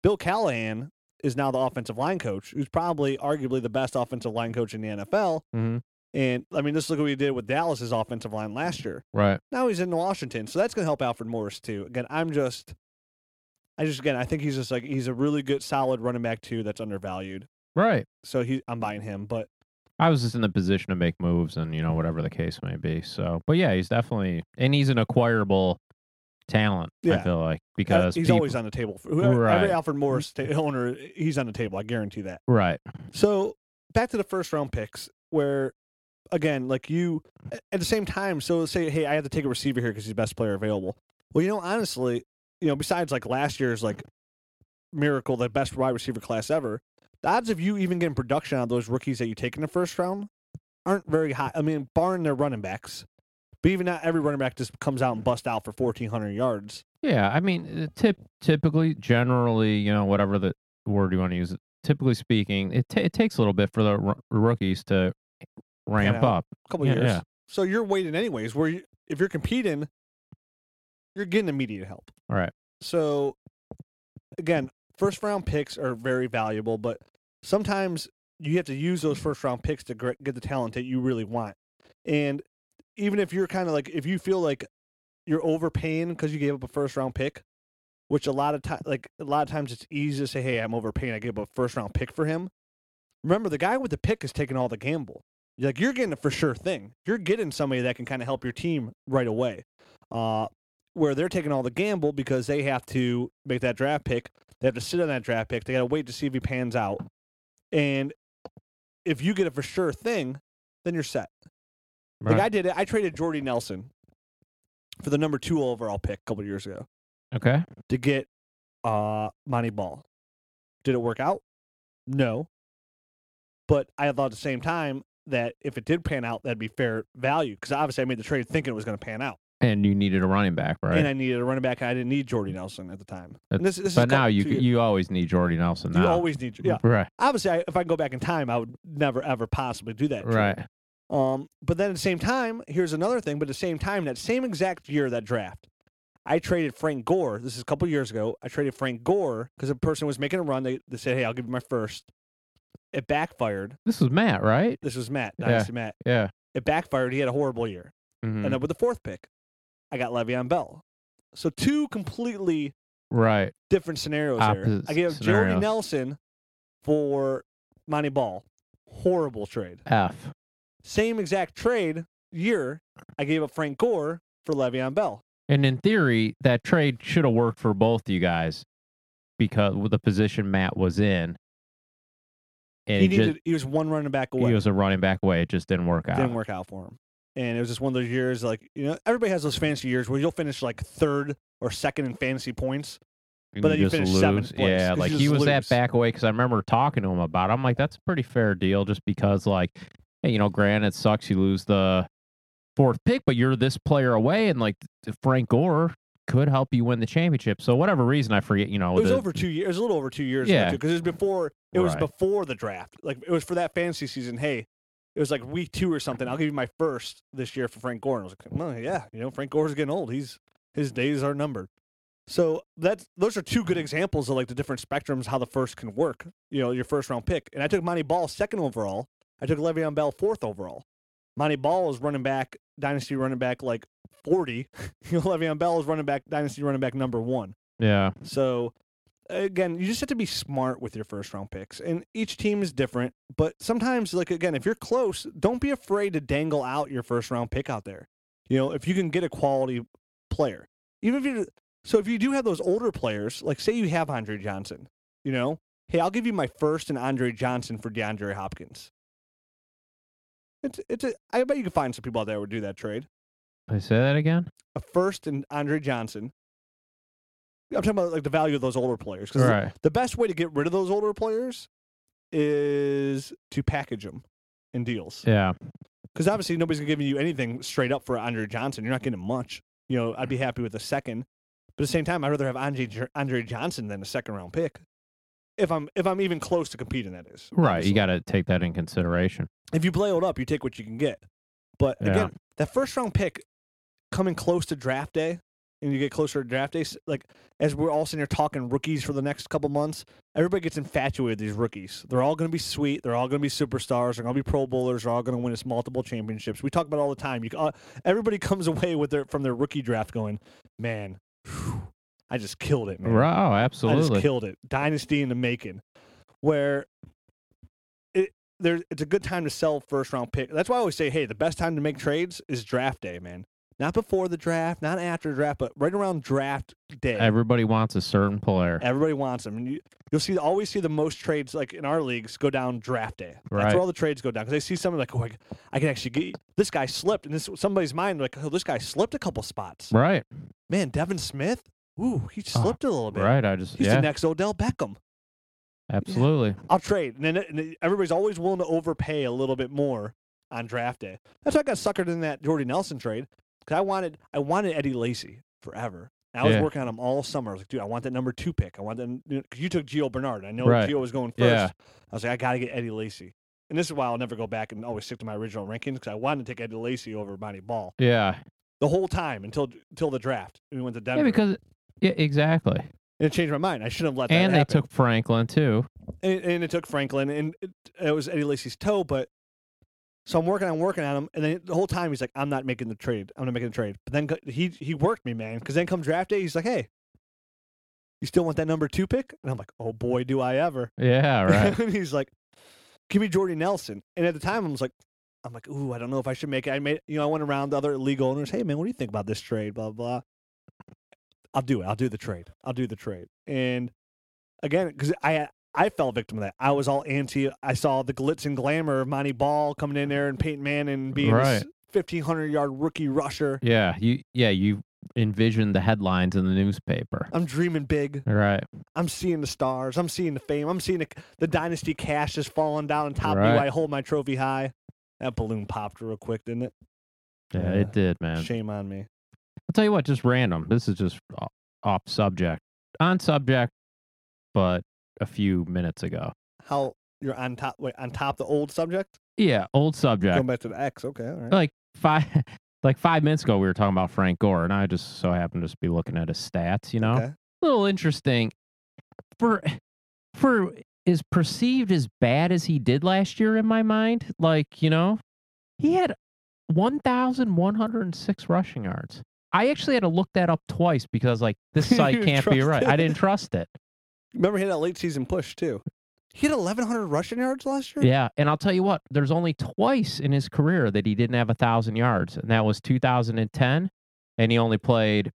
Speaker 1: Bill Callahan is now the offensive line coach, who's probably arguably the best offensive line coach in the NFL.
Speaker 2: Mhm.
Speaker 1: And I mean, just look what he did with Dallas's offensive line last year.
Speaker 2: right.
Speaker 1: Now he's in Washington, so that's going to help Alfred Morris too. Again, I'm just, I just again, I think he's just like he's a really good, solid running back too. That's undervalued.
Speaker 2: Right.
Speaker 1: So he, I'm buying him. But
Speaker 2: I was just in the position to make moves and, you know, whatever the case may be. So, but yeah, he's definitely, and he's an acquirable talent, I
Speaker 1: Yeah.
Speaker 2: feel like,
Speaker 1: uh,
Speaker 2: because
Speaker 1: he's
Speaker 2: people-
Speaker 1: always on the table. For, whoever,
Speaker 2: Right. Mm-hmm.
Speaker 1: Every Alfred Morris ta- owner, he's on the table. I guarantee that.
Speaker 2: right.
Speaker 1: So back to the first round picks, where again, like you, at the same time, so say, hey, I have to take a receiver here because he's the best player available. Well, you know, honestly, you know, besides like last year's like miracle, the best wide receiver class ever, the odds of you even getting production out of those rookies that you take in the first round aren't very high. I mean, barring their running backs, but even not every running back just comes out and busts out for fourteen hundred yards.
Speaker 2: Yeah. I mean, uh, tip, typically, generally, you know, whatever the word you want to use, typically speaking, it, ta it takes a little bit for the r- rookies to ramp
Speaker 1: out.
Speaker 2: up.
Speaker 1: couple
Speaker 2: Yeah,
Speaker 1: years.
Speaker 2: yeah.
Speaker 1: So you're waiting anyways. Where you, if you're competing, you're getting immediate help.
Speaker 2: All right.
Speaker 1: So again, first round picks are very valuable, but sometimes you have to use those first round picks to gr- get the talent that you really want. And even if you're kind of like, if you feel like you're overpaying because you gave up a first round pick, which a lot of time, like a lot of times, it's easy to say, "Hey, I'm overpaying. I gave up a first round pick for him." Remember, the guy with the pick is taking all the gamble. You're like you're getting a for sure thing. You're getting somebody that can kind of help your team right away. Uh, where they're taking all the gamble because they have to make that draft pick. They have to sit on that draft pick. They got to wait to see if he pans out. And if you get a for sure thing, then you're set. Like
Speaker 2: Right.
Speaker 1: I did it. I traded Jordy Nelson for the number two overall pick a couple years ago
Speaker 2: Okay.
Speaker 1: to get uh Monty Ball. Did it work out? No. But I thought at the same time that if it did pan out, that'd be fair value because obviously I made the trade thinking it was going to pan out,
Speaker 2: And you needed a running back, right?
Speaker 1: and I needed a running back, and I didn't need Jordy Nelson at the time. And this, this is
Speaker 2: but
Speaker 1: cou-
Speaker 2: now you
Speaker 1: two
Speaker 2: c-
Speaker 1: years-
Speaker 2: you always need Jordy Nelson.
Speaker 1: you
Speaker 2: now.
Speaker 1: always need yeah.
Speaker 2: Right.
Speaker 1: Obviously, I, if I go back in time, I would never ever possibly do that. trade.
Speaker 2: Right.
Speaker 1: Um, but then at the same time, here's another thing. But at the same time, that same exact year of that draft, I traded Frank Gore. This is a couple years ago. I traded Frank Gore because a person was making a run. They, they said, "Hey, I'll give you my first. It backfired.
Speaker 2: This is Matt, right?
Speaker 1: This was Matt,
Speaker 2: Yeah.
Speaker 1: Dynasty Matt.
Speaker 2: Yeah.
Speaker 1: It backfired. He had a horrible year.
Speaker 2: Mhm.
Speaker 1: And then with the fourth pick, I got Le'Veon Bell. So two completely
Speaker 2: Right.
Speaker 1: different scenarios here.
Speaker 2: Opposite
Speaker 1: I gave Jordy
Speaker 2: scenarios.
Speaker 1: Nelson for Monty Ball. Horrible trade.
Speaker 2: F.
Speaker 1: Same exact trade year, I gave up Frank Gore for Le'Veon Bell.
Speaker 2: And in theory, that trade should have worked for both you guys because with the position Matt was in. and
Speaker 1: He
Speaker 2: it just,
Speaker 1: needed. He was one running back away.
Speaker 2: he was a running back away. It just didn't work out.
Speaker 1: didn't work out for him. And it was just one of those years, like you know, everybody has those fantasy years where you'll finish like third or second in fantasy points.
Speaker 2: And
Speaker 1: But then you
Speaker 2: just
Speaker 1: finished
Speaker 2: lose.
Speaker 1: seventh place,
Speaker 2: Yeah,
Speaker 1: 'cause you
Speaker 2: like
Speaker 1: just
Speaker 2: he was that
Speaker 1: lose.
Speaker 2: back away because I remember talking to him about. It. I'm like, that's a pretty fair deal, just because like, hey, you know, granted, it sucks you lose the fourth pick, but you're this player away, and like th- Frank Gore could help you win the championship. So whatever reason, I forget. You know,
Speaker 1: It was
Speaker 2: the-
Speaker 1: over two years. It was a little over two years.
Speaker 2: Yeah.
Speaker 1: because it was before. It was
Speaker 2: Right.
Speaker 1: before the draft. Like it was for that fantasy season. Hey, it was like week two or something. I'll give you my first this year for Frank Gore. And I was like, well, yeah, you know, Frank Gore's getting old. He's his days are numbered. So that's those are two good examples of like the different spectrums how the first can work. You know, your first round pick. And I took Monty Ball second overall. I took Le'Veon Bell fourth overall. Monty Ball is running back dynasty running back like forty. *laughs* Le'Veon Bell is running back dynasty running back number one.
Speaker 2: Yeah,
Speaker 1: So again, you just have to be smart with your first round picks. And each team is different, but sometimes like again, if you're close, don't be afraid to dangle out your first round pick out there. You know, if you can get a quality player. Even if you so if you do have those older players, like say you have Andre Johnson, you know, hey, I'll give you my first and Andre Johnson for DeAndre Hopkins. It's it's a, I bet you can find some people out there who would do that trade
Speaker 2: Did I say that again.
Speaker 1: a first and Andre Johnson. I'm talking about like the value of those older players because
Speaker 2: Right.
Speaker 1: the best way to get rid of those older players is to package them in deals.
Speaker 2: Yeah,
Speaker 1: Because obviously nobody's gonna give you anything straight up for Andre Johnson. You're not getting much. You know, I'd be happy with a second, but at the same time, I'd rather have Andre Jo- Andre Johnson than a second round pick. If I'm if I'm even close to competing, that is
Speaker 2: right. You
Speaker 1: obviously
Speaker 2: got to take that in consideration.
Speaker 1: if you play it up, you take what you can get. But
Speaker 2: Yeah.
Speaker 1: again, that first round pick coming close to draft day, and you get closer to draft day, s- like as we're all sitting here talking rookies for the next couple months, everybody gets infatuated with these rookies. They're all going to be sweet. They're all going to be superstars. They're going to be Pro Bowlers. They're all going to win us multiple championships. We talk about it all the time. You, c- uh, everybody *laughs* comes away with their from their rookie draft going, man, phew, I just killed it, man.
Speaker 2: Right. Oh,
Speaker 1: I just
Speaker 2: absolutely.
Speaker 1: killed it. Dynasty in the making, where it there it's a good time to sell first round pick. That's why I always say, hey, the best time to make trades is draft day, man. Not before the draft, not after draft, but right around draft day.
Speaker 2: Everybody wants a certain player.
Speaker 1: Everybody wants them. And you, you'll see always see the most trades like in our leagues go down draft day. That's
Speaker 2: Right.
Speaker 1: where all the trades go down because they see something like, oh, I, I can actually get this guy slipped, and this somebody's mind like, oh, this guy slipped a couple spots.
Speaker 2: Right. Uh,
Speaker 1: Man, Devin Smith, ooh, he slipped a little bit.
Speaker 2: Right. I just
Speaker 1: He's
Speaker 2: yeah.
Speaker 1: the next Odell Beckham.
Speaker 2: absolutely.
Speaker 1: I'll trade. And then, and then everybody's always willing to overpay a little bit more on draft day. That's why I got suckered in that Jordy Nelson trade because I wanted I wanted Eddie Lacy forever. And I was
Speaker 2: Yeah.
Speaker 1: working on him all summer. I was like, dude, I want that number two pick. I want them because you took Gio Bernard. I know
Speaker 2: Right.
Speaker 1: Gio was going first.
Speaker 2: Yeah.
Speaker 1: I was like, I got to get Eddie Lacy. And this is why I'll never go back and always stick to my original rankings because I wanted to take Eddie Lacy over Bonnie Ball
Speaker 2: Yeah.
Speaker 1: the whole time until until the draft. And we went to Denver.
Speaker 2: Yeah, because yeah, exactly.
Speaker 1: and it changed my mind. I shouldn't have let that
Speaker 2: And they
Speaker 1: happen.
Speaker 2: took Franklin too.
Speaker 1: and, and it took Franklin, and it, it was Eddie Lacy's toe. But so I'm working on working on him, and then the whole time he's like, "I'm not making the trade. I'm not making the trade." But then co- he he worked me, man, because then come draft day, he's like, "Hey, you still want that number two pick?" And I'm like, "Oh boy, do I ever!" *laughs*
Speaker 2: Yeah, right.
Speaker 1: and he's like, "Give me Jordy Nelson." And at the time, I was like, "I'm like, ooh, I don't know if I should make it." I made, you know, I went around the other league owners. Hey, man, what do you think about this trade? Blah blah. I'll do it. I'll do the trade. I'll do the trade. And again, because I I fell victim to that. I was all anti. I saw the glitz and glamour of Monty Ball coming in there and Peyton Manning being
Speaker 2: Right.
Speaker 1: this 1500 yard rookie rusher.
Speaker 2: yeah, you yeah, you envisioned the headlines in the newspaper.
Speaker 1: I'm dreaming big.
Speaker 2: Right.
Speaker 1: I'm seeing the stars. I'm seeing the fame. I'm seeing the, the dynasty cash just falling down on top of me
Speaker 2: Right.
Speaker 1: while I hold my trophy high. That balloon popped real quick, didn't it?
Speaker 2: Yeah,
Speaker 1: Yeah.
Speaker 2: it did, man.
Speaker 1: Shame on me.
Speaker 2: I'll tell you what, just random. This is just o- off subject. On subject, but a few minutes ago.
Speaker 1: How you're on top? Wait, on top the old subject?
Speaker 2: Yeah, old subject.
Speaker 1: Going back to the X. Okay, all right.
Speaker 2: Like five *laughs* like five minutes ago we were talking about Frank Gore and I just so happened to just be looking at his stats, you know?
Speaker 1: Okay.
Speaker 2: little interesting for for is perceived as bad as he did last year in my mind like you know he had 1106 rushing yards i actually had to look that up twice because like
Speaker 1: *laughs*
Speaker 2: this
Speaker 1: You
Speaker 2: site
Speaker 1: didn't
Speaker 2: can't be
Speaker 1: trust
Speaker 2: right
Speaker 1: it.
Speaker 2: i didn't trust it
Speaker 1: Remember he had that late season push too. He had 1100 rushing yards last year.
Speaker 2: yeah and i'll tell you what there's only twice in his career that he didn't have a thousand yards and that was 2010 and he only played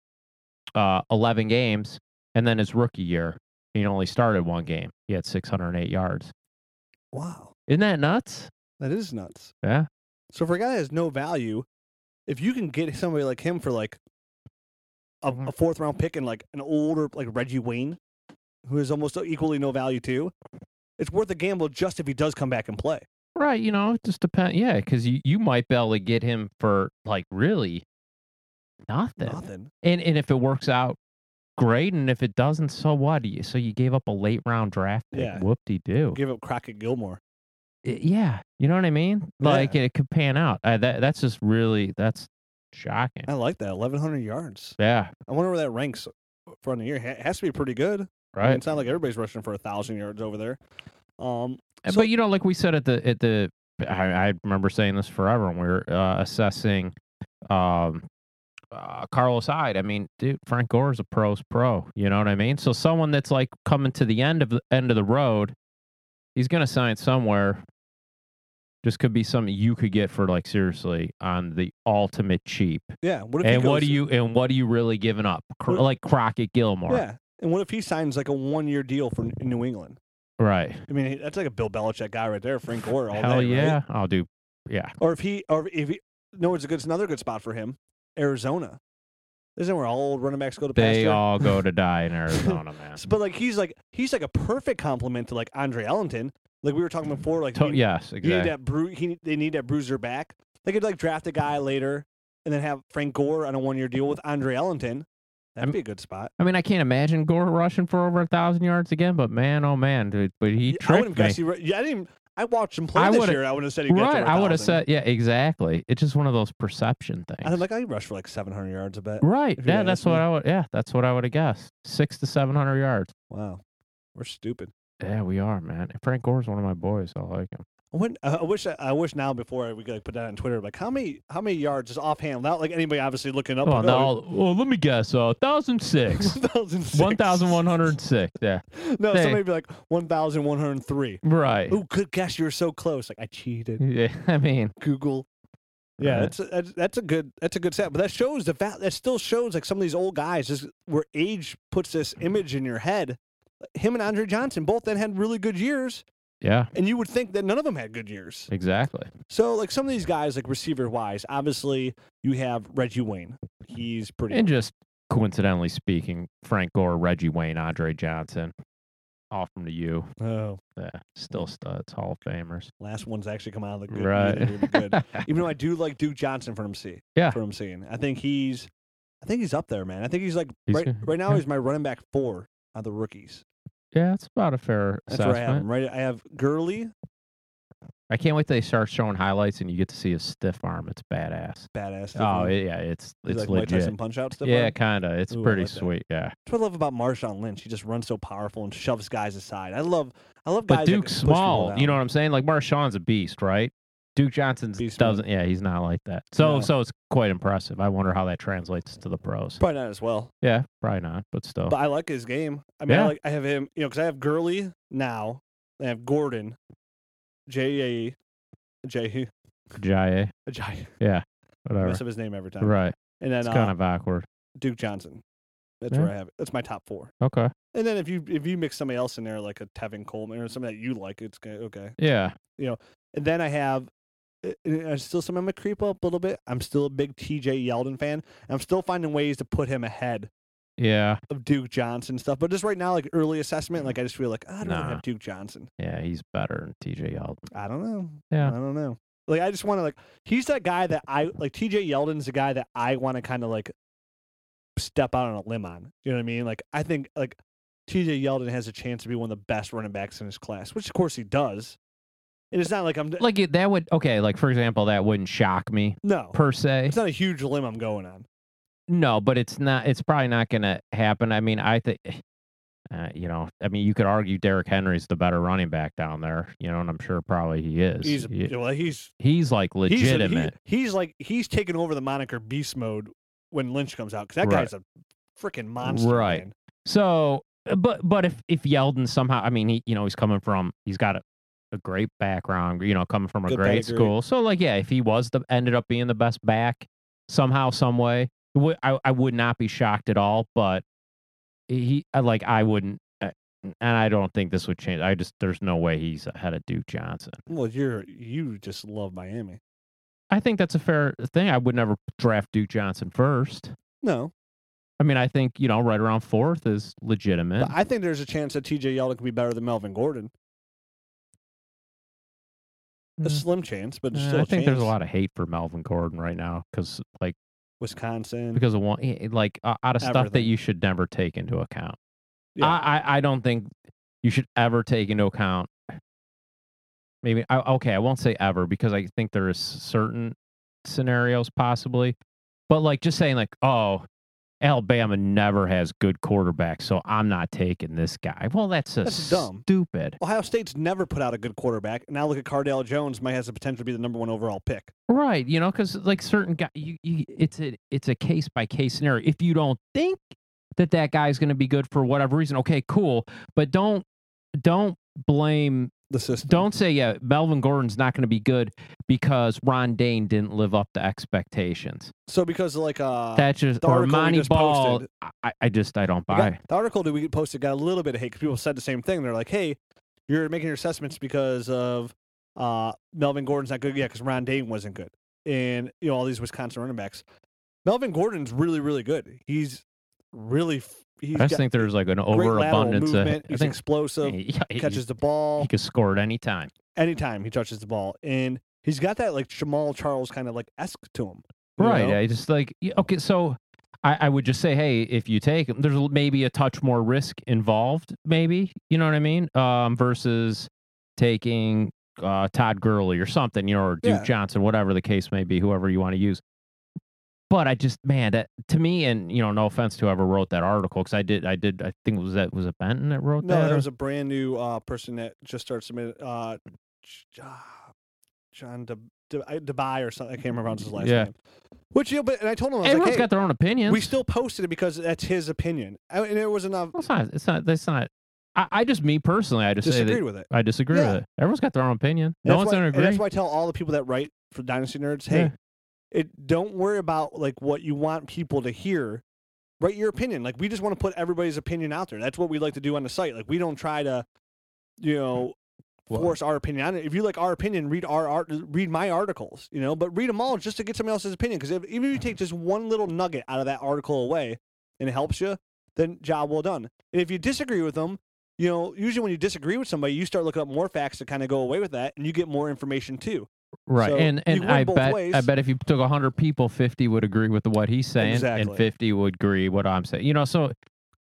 Speaker 2: uh, 11 games and then his rookie year he only started one game he had 608 yards
Speaker 1: Wow,
Speaker 2: Isn't that nuts?
Speaker 1: that is nuts.
Speaker 2: Yeah.
Speaker 1: So for a guy that has no value, if you can get somebody like him for like a, a
Speaker 2: Mhm.
Speaker 1: fourth round pick and like an older like Reggie Wayne, who is almost equally no value too, it's worth a gamble just if he does come back and play.
Speaker 2: Right, you know, it just depends. Yeah, because you, you might be able to get him for like really nothing.
Speaker 1: Nothing.
Speaker 2: And and if it works out, great. And if it doesn't, so what? You- So you gave up a late round draft pick.
Speaker 1: Yeah.
Speaker 2: Whoop de doo.
Speaker 1: Give up Crockett Gilmore.
Speaker 2: Yeah, you know what I mean. Like it could pan out. Uh, that that's just really that's shocking.
Speaker 1: I like that. Eleven hundred yards.
Speaker 2: Yeah,
Speaker 1: I wonder where that ranks for the year. Ha- has to be pretty good. I mean,
Speaker 2: right.
Speaker 1: it's not like everybody's rushing for a thousand yards over there. Um,
Speaker 2: Uh,
Speaker 1: So-
Speaker 2: but you know, like we said at the at the, I, I remember saying this forever when we were uh, assessing, um, uh, Carlos Hyde. I mean, dude, Frank Gore is a pro's pro. You know what I mean? So someone that's like coming to the end of the end of the road, he's gonna sign somewhere. Just could be something you could get for like seriously on the ultimate cheap.
Speaker 1: yeah. What if he
Speaker 2: And what
Speaker 1: goes-
Speaker 2: do you and what are you really giving up? Cro-
Speaker 1: What-
Speaker 2: like Crockett Gilmore,
Speaker 1: Yeah. And what if he signs like a one-year deal for N- New England?
Speaker 2: right?
Speaker 1: I mean, that's like a Bill Belichick guy right there, Frank Gore. All
Speaker 2: Hell
Speaker 1: day, right?
Speaker 2: yeah, I'll do. Yeah,
Speaker 1: Or if he, or if he, no, it's a good, it's another good spot for him. Arizona. Isn't where all old running backs go to
Speaker 2: they
Speaker 1: pasture?
Speaker 2: all
Speaker 1: *laughs*
Speaker 2: go to die in Arizona, man.
Speaker 1: S- But like he's like he's like a perfect complement to like Andre Ellington. Like we were talking before, like
Speaker 2: To-
Speaker 1: he-
Speaker 2: yes,
Speaker 1: You need
Speaker 2: exactly.
Speaker 1: that bru- he, they need that bruiser back. They could like draft a guy later and then have Frank Gore on a one year deal with Andre Ellington. That'd
Speaker 2: I'm-
Speaker 1: be a good spot.
Speaker 2: I mean, I can't imagine Gore rushing for over a thousand yards again, but man, oh man, dude, but
Speaker 1: Yeah, I
Speaker 2: he tricked
Speaker 1: wouldn't
Speaker 2: me.
Speaker 1: guess he. re- Yeah, I didn't. I watched him play
Speaker 2: I
Speaker 1: this
Speaker 2: would've-
Speaker 1: year. I would have said he gets
Speaker 2: right,
Speaker 1: over
Speaker 2: I would
Speaker 1: 1,000.
Speaker 2: have said, yeah, exactly. It's just one of those perception things.
Speaker 1: I was like, I rushed for like seven hundred yards. I bet.
Speaker 2: right,
Speaker 1: if you
Speaker 2: yeah,
Speaker 1: ask
Speaker 2: that's what
Speaker 1: me.
Speaker 2: I would. Yeah, that's what I would have guessed. Six to seven hundred yards.
Speaker 1: Wow, we're stupid.
Speaker 2: Yeah, we are, man. And Frank Gore's one of my boys. I like him.
Speaker 1: I, wouldn't, I I wish. I wish now before we could like put that on Twitter. Like how many how many yards is offhand? Not like anybody obviously looking up.
Speaker 2: Well,
Speaker 1: like, *laughs*
Speaker 2: now, well, let me guess. Uh, thousand six.
Speaker 1: 1,006.
Speaker 2: One thousand one hundred six. Yeah.
Speaker 1: *laughs* No,
Speaker 2: Hey.
Speaker 1: somebody be like one thousand one hundred three.
Speaker 2: Right.
Speaker 1: Oh, good guess. You were so close. Like I cheated.
Speaker 2: *laughs* Yeah. I mean, uh,
Speaker 1: Google. Yeah,
Speaker 2: Right.
Speaker 1: that's, a, that's that's a good that's a good set, but that shows the fact that still shows like some of these old guys just where age puts this image in your head. Him and Andre Johnson both then had really good years,
Speaker 2: yeah.
Speaker 1: and you would think that none of them had good years.
Speaker 2: Exactly.
Speaker 1: So like some of these guys, like receiver wise, obviously you have Reggie Wayne. He's pretty.
Speaker 2: And just coincidentally speaking, Frank Gore, Reggie Wayne, Andre Johnson, all from the U.
Speaker 1: oh,
Speaker 2: Yeah, still studs, Hall of Famers.
Speaker 1: last one's actually come out of the good.
Speaker 2: right.
Speaker 1: really, really
Speaker 2: *laughs*
Speaker 1: good. Even though I do like Duke Johnson from MC.
Speaker 2: Yeah.
Speaker 1: From seeing. I think he's I think he's up there, man. I think he's like
Speaker 2: He's
Speaker 1: right,
Speaker 2: good,
Speaker 1: right now
Speaker 2: yeah.
Speaker 1: he's my running back four out of the rookies.
Speaker 2: yeah, that's about a fair
Speaker 1: That's where I have
Speaker 2: assessment.
Speaker 1: him. Right I have Gurley,
Speaker 2: I can't wait till they start showing highlights and you get to see his stiff arm. It's badass.
Speaker 1: badass. stiff
Speaker 2: Oh
Speaker 1: arm. He's
Speaker 2: yeah, it's it's
Speaker 1: like Mike
Speaker 2: legit.
Speaker 1: Tyson punch out stuff.
Speaker 2: Yeah, kinda. It's
Speaker 1: Ooh, I
Speaker 2: pretty
Speaker 1: like that.
Speaker 2: sweet. Yeah,
Speaker 1: That's what I love about Marshawn Lynch. He just runs so powerful and shoves guys aside. I love I love guys.
Speaker 2: but
Speaker 1: that can
Speaker 2: Duke's
Speaker 1: push people
Speaker 2: small. You
Speaker 1: down.
Speaker 2: know what I'm saying? Like Marshawn's a beast, right? Duke Johnson's
Speaker 1: Beast mode.
Speaker 2: doesn't. Yeah, he's not like that. So
Speaker 1: No.
Speaker 2: so it's quite impressive. I wonder how that translates to the pros.
Speaker 1: probably not as well.
Speaker 2: Yeah, probably not, but still.
Speaker 1: But I like his game. I mean, I
Speaker 2: Oh. Yeah.
Speaker 1: like I have him, you know, because I have Gurley now. I have Gordon, J. A. E, *laughs* J.
Speaker 2: Jai,
Speaker 1: Ajayi. I
Speaker 2: whatever.
Speaker 1: mess E, up his name every time.
Speaker 2: Right.
Speaker 1: And then
Speaker 2: It's
Speaker 1: uh,
Speaker 2: kind of awkward.
Speaker 1: Duke Johnson. That's
Speaker 2: Yeah.
Speaker 1: where I have it. That's my top four.
Speaker 2: Okay.
Speaker 1: And then if you if you mix somebody else in there like a Tevin Coleman or something that you like, it's go- okay.
Speaker 2: Yeah.
Speaker 1: And then I have uh, uh, uh, still some of my creep up a little bit. I'm still a big TJ Yeldon fan. I'm still finding ways to put him ahead
Speaker 2: Yeah.
Speaker 1: of Duke Johnson stuff. But just right now, like early assessment, like I just feel like "Ah, I don't really
Speaker 2: Nah.
Speaker 1: have Duke Johnson.
Speaker 2: Yeah. He's better than TJ Yeldon.
Speaker 1: I don't know.
Speaker 2: Yeah.
Speaker 1: I don't know. Like I just want to like he's that guy that I like TJ Yeldon's the guy that I want to kind of like step out on a limb on. You know what I mean? Like I think like TJ Yeldon has a chance to be one of the best running backs in his class, which of course he does. And it's not like I'm
Speaker 2: Like it, that would okay. Like for example, that wouldn't shock me
Speaker 1: no.
Speaker 2: per se.
Speaker 1: It's not a huge limb I'm going on.
Speaker 2: No, but it's not. It's probably not going to happen. I mean, I think. *sighs* Uh, you know, I mean, you could argue Derrick Henry's the better running back down there. You know, and I'm sure probably he is.
Speaker 1: He's
Speaker 2: He-
Speaker 1: well, he's
Speaker 2: he's like
Speaker 1: he's a- he-
Speaker 2: legitimate.
Speaker 1: he's like he's taking over the moniker beast mode when Lynch comes out cuz that
Speaker 2: Right.
Speaker 1: guy's a freaking monster.
Speaker 2: Right.
Speaker 1: man.
Speaker 2: So, uh, but but if if Yeldon somehow, I mean, he you know he's coming from he's got a, a great background, you know, coming from a
Speaker 1: Good
Speaker 2: great
Speaker 1: pedigree.
Speaker 2: school. So like, yeah, if he was the ended up being the best back somehow, some way, it would- I I would not be shocked at all. But he I- like I wouldn't. I- and I don't think this would change. I just there's no way he's ahead of Duke Johnson.
Speaker 1: Well, you're you just love Miami.
Speaker 2: I think that's a fair thing. I would never draft Duke Johnson first.
Speaker 1: No,
Speaker 2: I mean, I think you know right around fourth is legitimate.
Speaker 1: but I think there's a chance that T.J. Yeldon could be better than Melvin Gordon. A
Speaker 2: Mm.
Speaker 1: slim chance, but there's
Speaker 2: Yeah,
Speaker 1: still
Speaker 2: I
Speaker 1: a
Speaker 2: think
Speaker 1: chance.
Speaker 2: there's a lot of hate for Melvin Gordon right now because like
Speaker 1: Wisconsin.
Speaker 2: because of one eh, like uh, out of stuff that
Speaker 1: Mm. Everything.
Speaker 2: you should never take into account.
Speaker 1: Yeah.
Speaker 2: I, I I don't think you should ever take into account. Maybe I, okay, I won't say ever because I think there is certain scenarios possibly, but like just saying like oh. Alabama never has good quarterbacks, so I'm not taking this guy. Well, that's a
Speaker 1: That's dumb.
Speaker 2: stupid.
Speaker 1: Ohio State's never put out a good quarterback. Now look at Cardell Jones might has the potential to be the number one overall pick.
Speaker 2: Right, you know, because like certain guy, you, you, it's a it's a case by case scenario. If you don't think that that guy's going to be good for whatever reason, okay, cool, but don't don't blame,
Speaker 1: The system.
Speaker 2: don't say yeah, Melvin Gordon's not going to be good because Ron Dane didn't live up to expectations.
Speaker 1: So because like uh
Speaker 2: That's just
Speaker 1: the
Speaker 2: or
Speaker 1: article you
Speaker 2: Monty
Speaker 1: just
Speaker 2: Ball.
Speaker 1: posted.
Speaker 2: I- I, I just I don't
Speaker 1: we
Speaker 2: buy.
Speaker 1: got- the article that we posted got a little bit of hate because people said the same thing. They're like, "Hey, you're making your assessments because of uh Melvin Gordon's not good, yeah, because Ron Dayton wasn't good, and you know all these Wisconsin running backs. Melvin Gordon's really, really good. He's really f- he's
Speaker 2: I just
Speaker 1: got
Speaker 2: think there's like an
Speaker 1: great lateral
Speaker 2: overabundance of.
Speaker 1: movement.
Speaker 2: I
Speaker 1: He's
Speaker 2: think *laughs*
Speaker 1: explosive.
Speaker 2: he, he-
Speaker 1: catches the
Speaker 2: he
Speaker 1: ball
Speaker 2: could score at any time.
Speaker 1: anytime he touches the ball, and he's got that like Jamal Charles kind of like esque to him. you
Speaker 2: Right.
Speaker 1: know?
Speaker 2: I just like y- okay, so I, I would just say, hey, if you take him, there's l- maybe a touch more risk involved, maybe you know what I mean, um, versus taking uh, Todd Gurley or something, you know, or Duke
Speaker 1: Yeah.
Speaker 2: Johnson, whatever the case may be, whoever you want to use. But I just, man, that to me, and you know, no offense to whoever wrote that article, because I did, I did, I think it was that was it Benton that wrote
Speaker 1: No,
Speaker 2: that?
Speaker 1: there
Speaker 2: or-
Speaker 1: was a brand new uh, person that just started submitting. Uh, J- ah, John De, De, I- Deby or something. I can't remember his last
Speaker 2: Yeah.
Speaker 1: name. Which you know, but and I told him I was
Speaker 2: Everyone's
Speaker 1: like, hey,
Speaker 2: got their own opinions.
Speaker 1: we still posted it because that's his opinion, I, and it uh, was enough
Speaker 2: Well, it's not. It's not. That's not. I, I just, me personally, I just say
Speaker 1: disagreed
Speaker 2: that
Speaker 1: with it.
Speaker 2: I disagree
Speaker 1: Yeah.
Speaker 2: with it. Everyone's got their own opinion.
Speaker 1: And
Speaker 2: No
Speaker 1: that's
Speaker 2: one's
Speaker 1: why,
Speaker 2: gonna
Speaker 1: and
Speaker 2: agree.
Speaker 1: That's why I tell all the people that write for Dynasty Nerds, hey,
Speaker 2: Yeah.
Speaker 1: it don't worry about like what you want people to hear. Write your opinion. Like we just want to put everybody's opinion out there. That's what we like to do on the site. Like we don't try to, you know,
Speaker 2: Well-
Speaker 1: force our opinion on it. If you like our opinion, read our art, read my articles. You know, but read them all just to get somebody else's opinion. Because if, even if you take just one little nugget out of that article away, and it helps you, then job well done. And if you disagree with them, you know, usually when you disagree with somebody, you start looking up more facts to kind of go away with that, and you get more information too.
Speaker 2: Right.
Speaker 1: So
Speaker 2: and
Speaker 1: you
Speaker 2: and
Speaker 1: win
Speaker 2: I
Speaker 1: both
Speaker 2: bet I
Speaker 1: ways.
Speaker 2: bet if you took 100 people, 50 would agree with what he's saying
Speaker 1: Exactly.
Speaker 2: and 50 would agree what I'm saying. You know, so
Speaker 1: 'Cause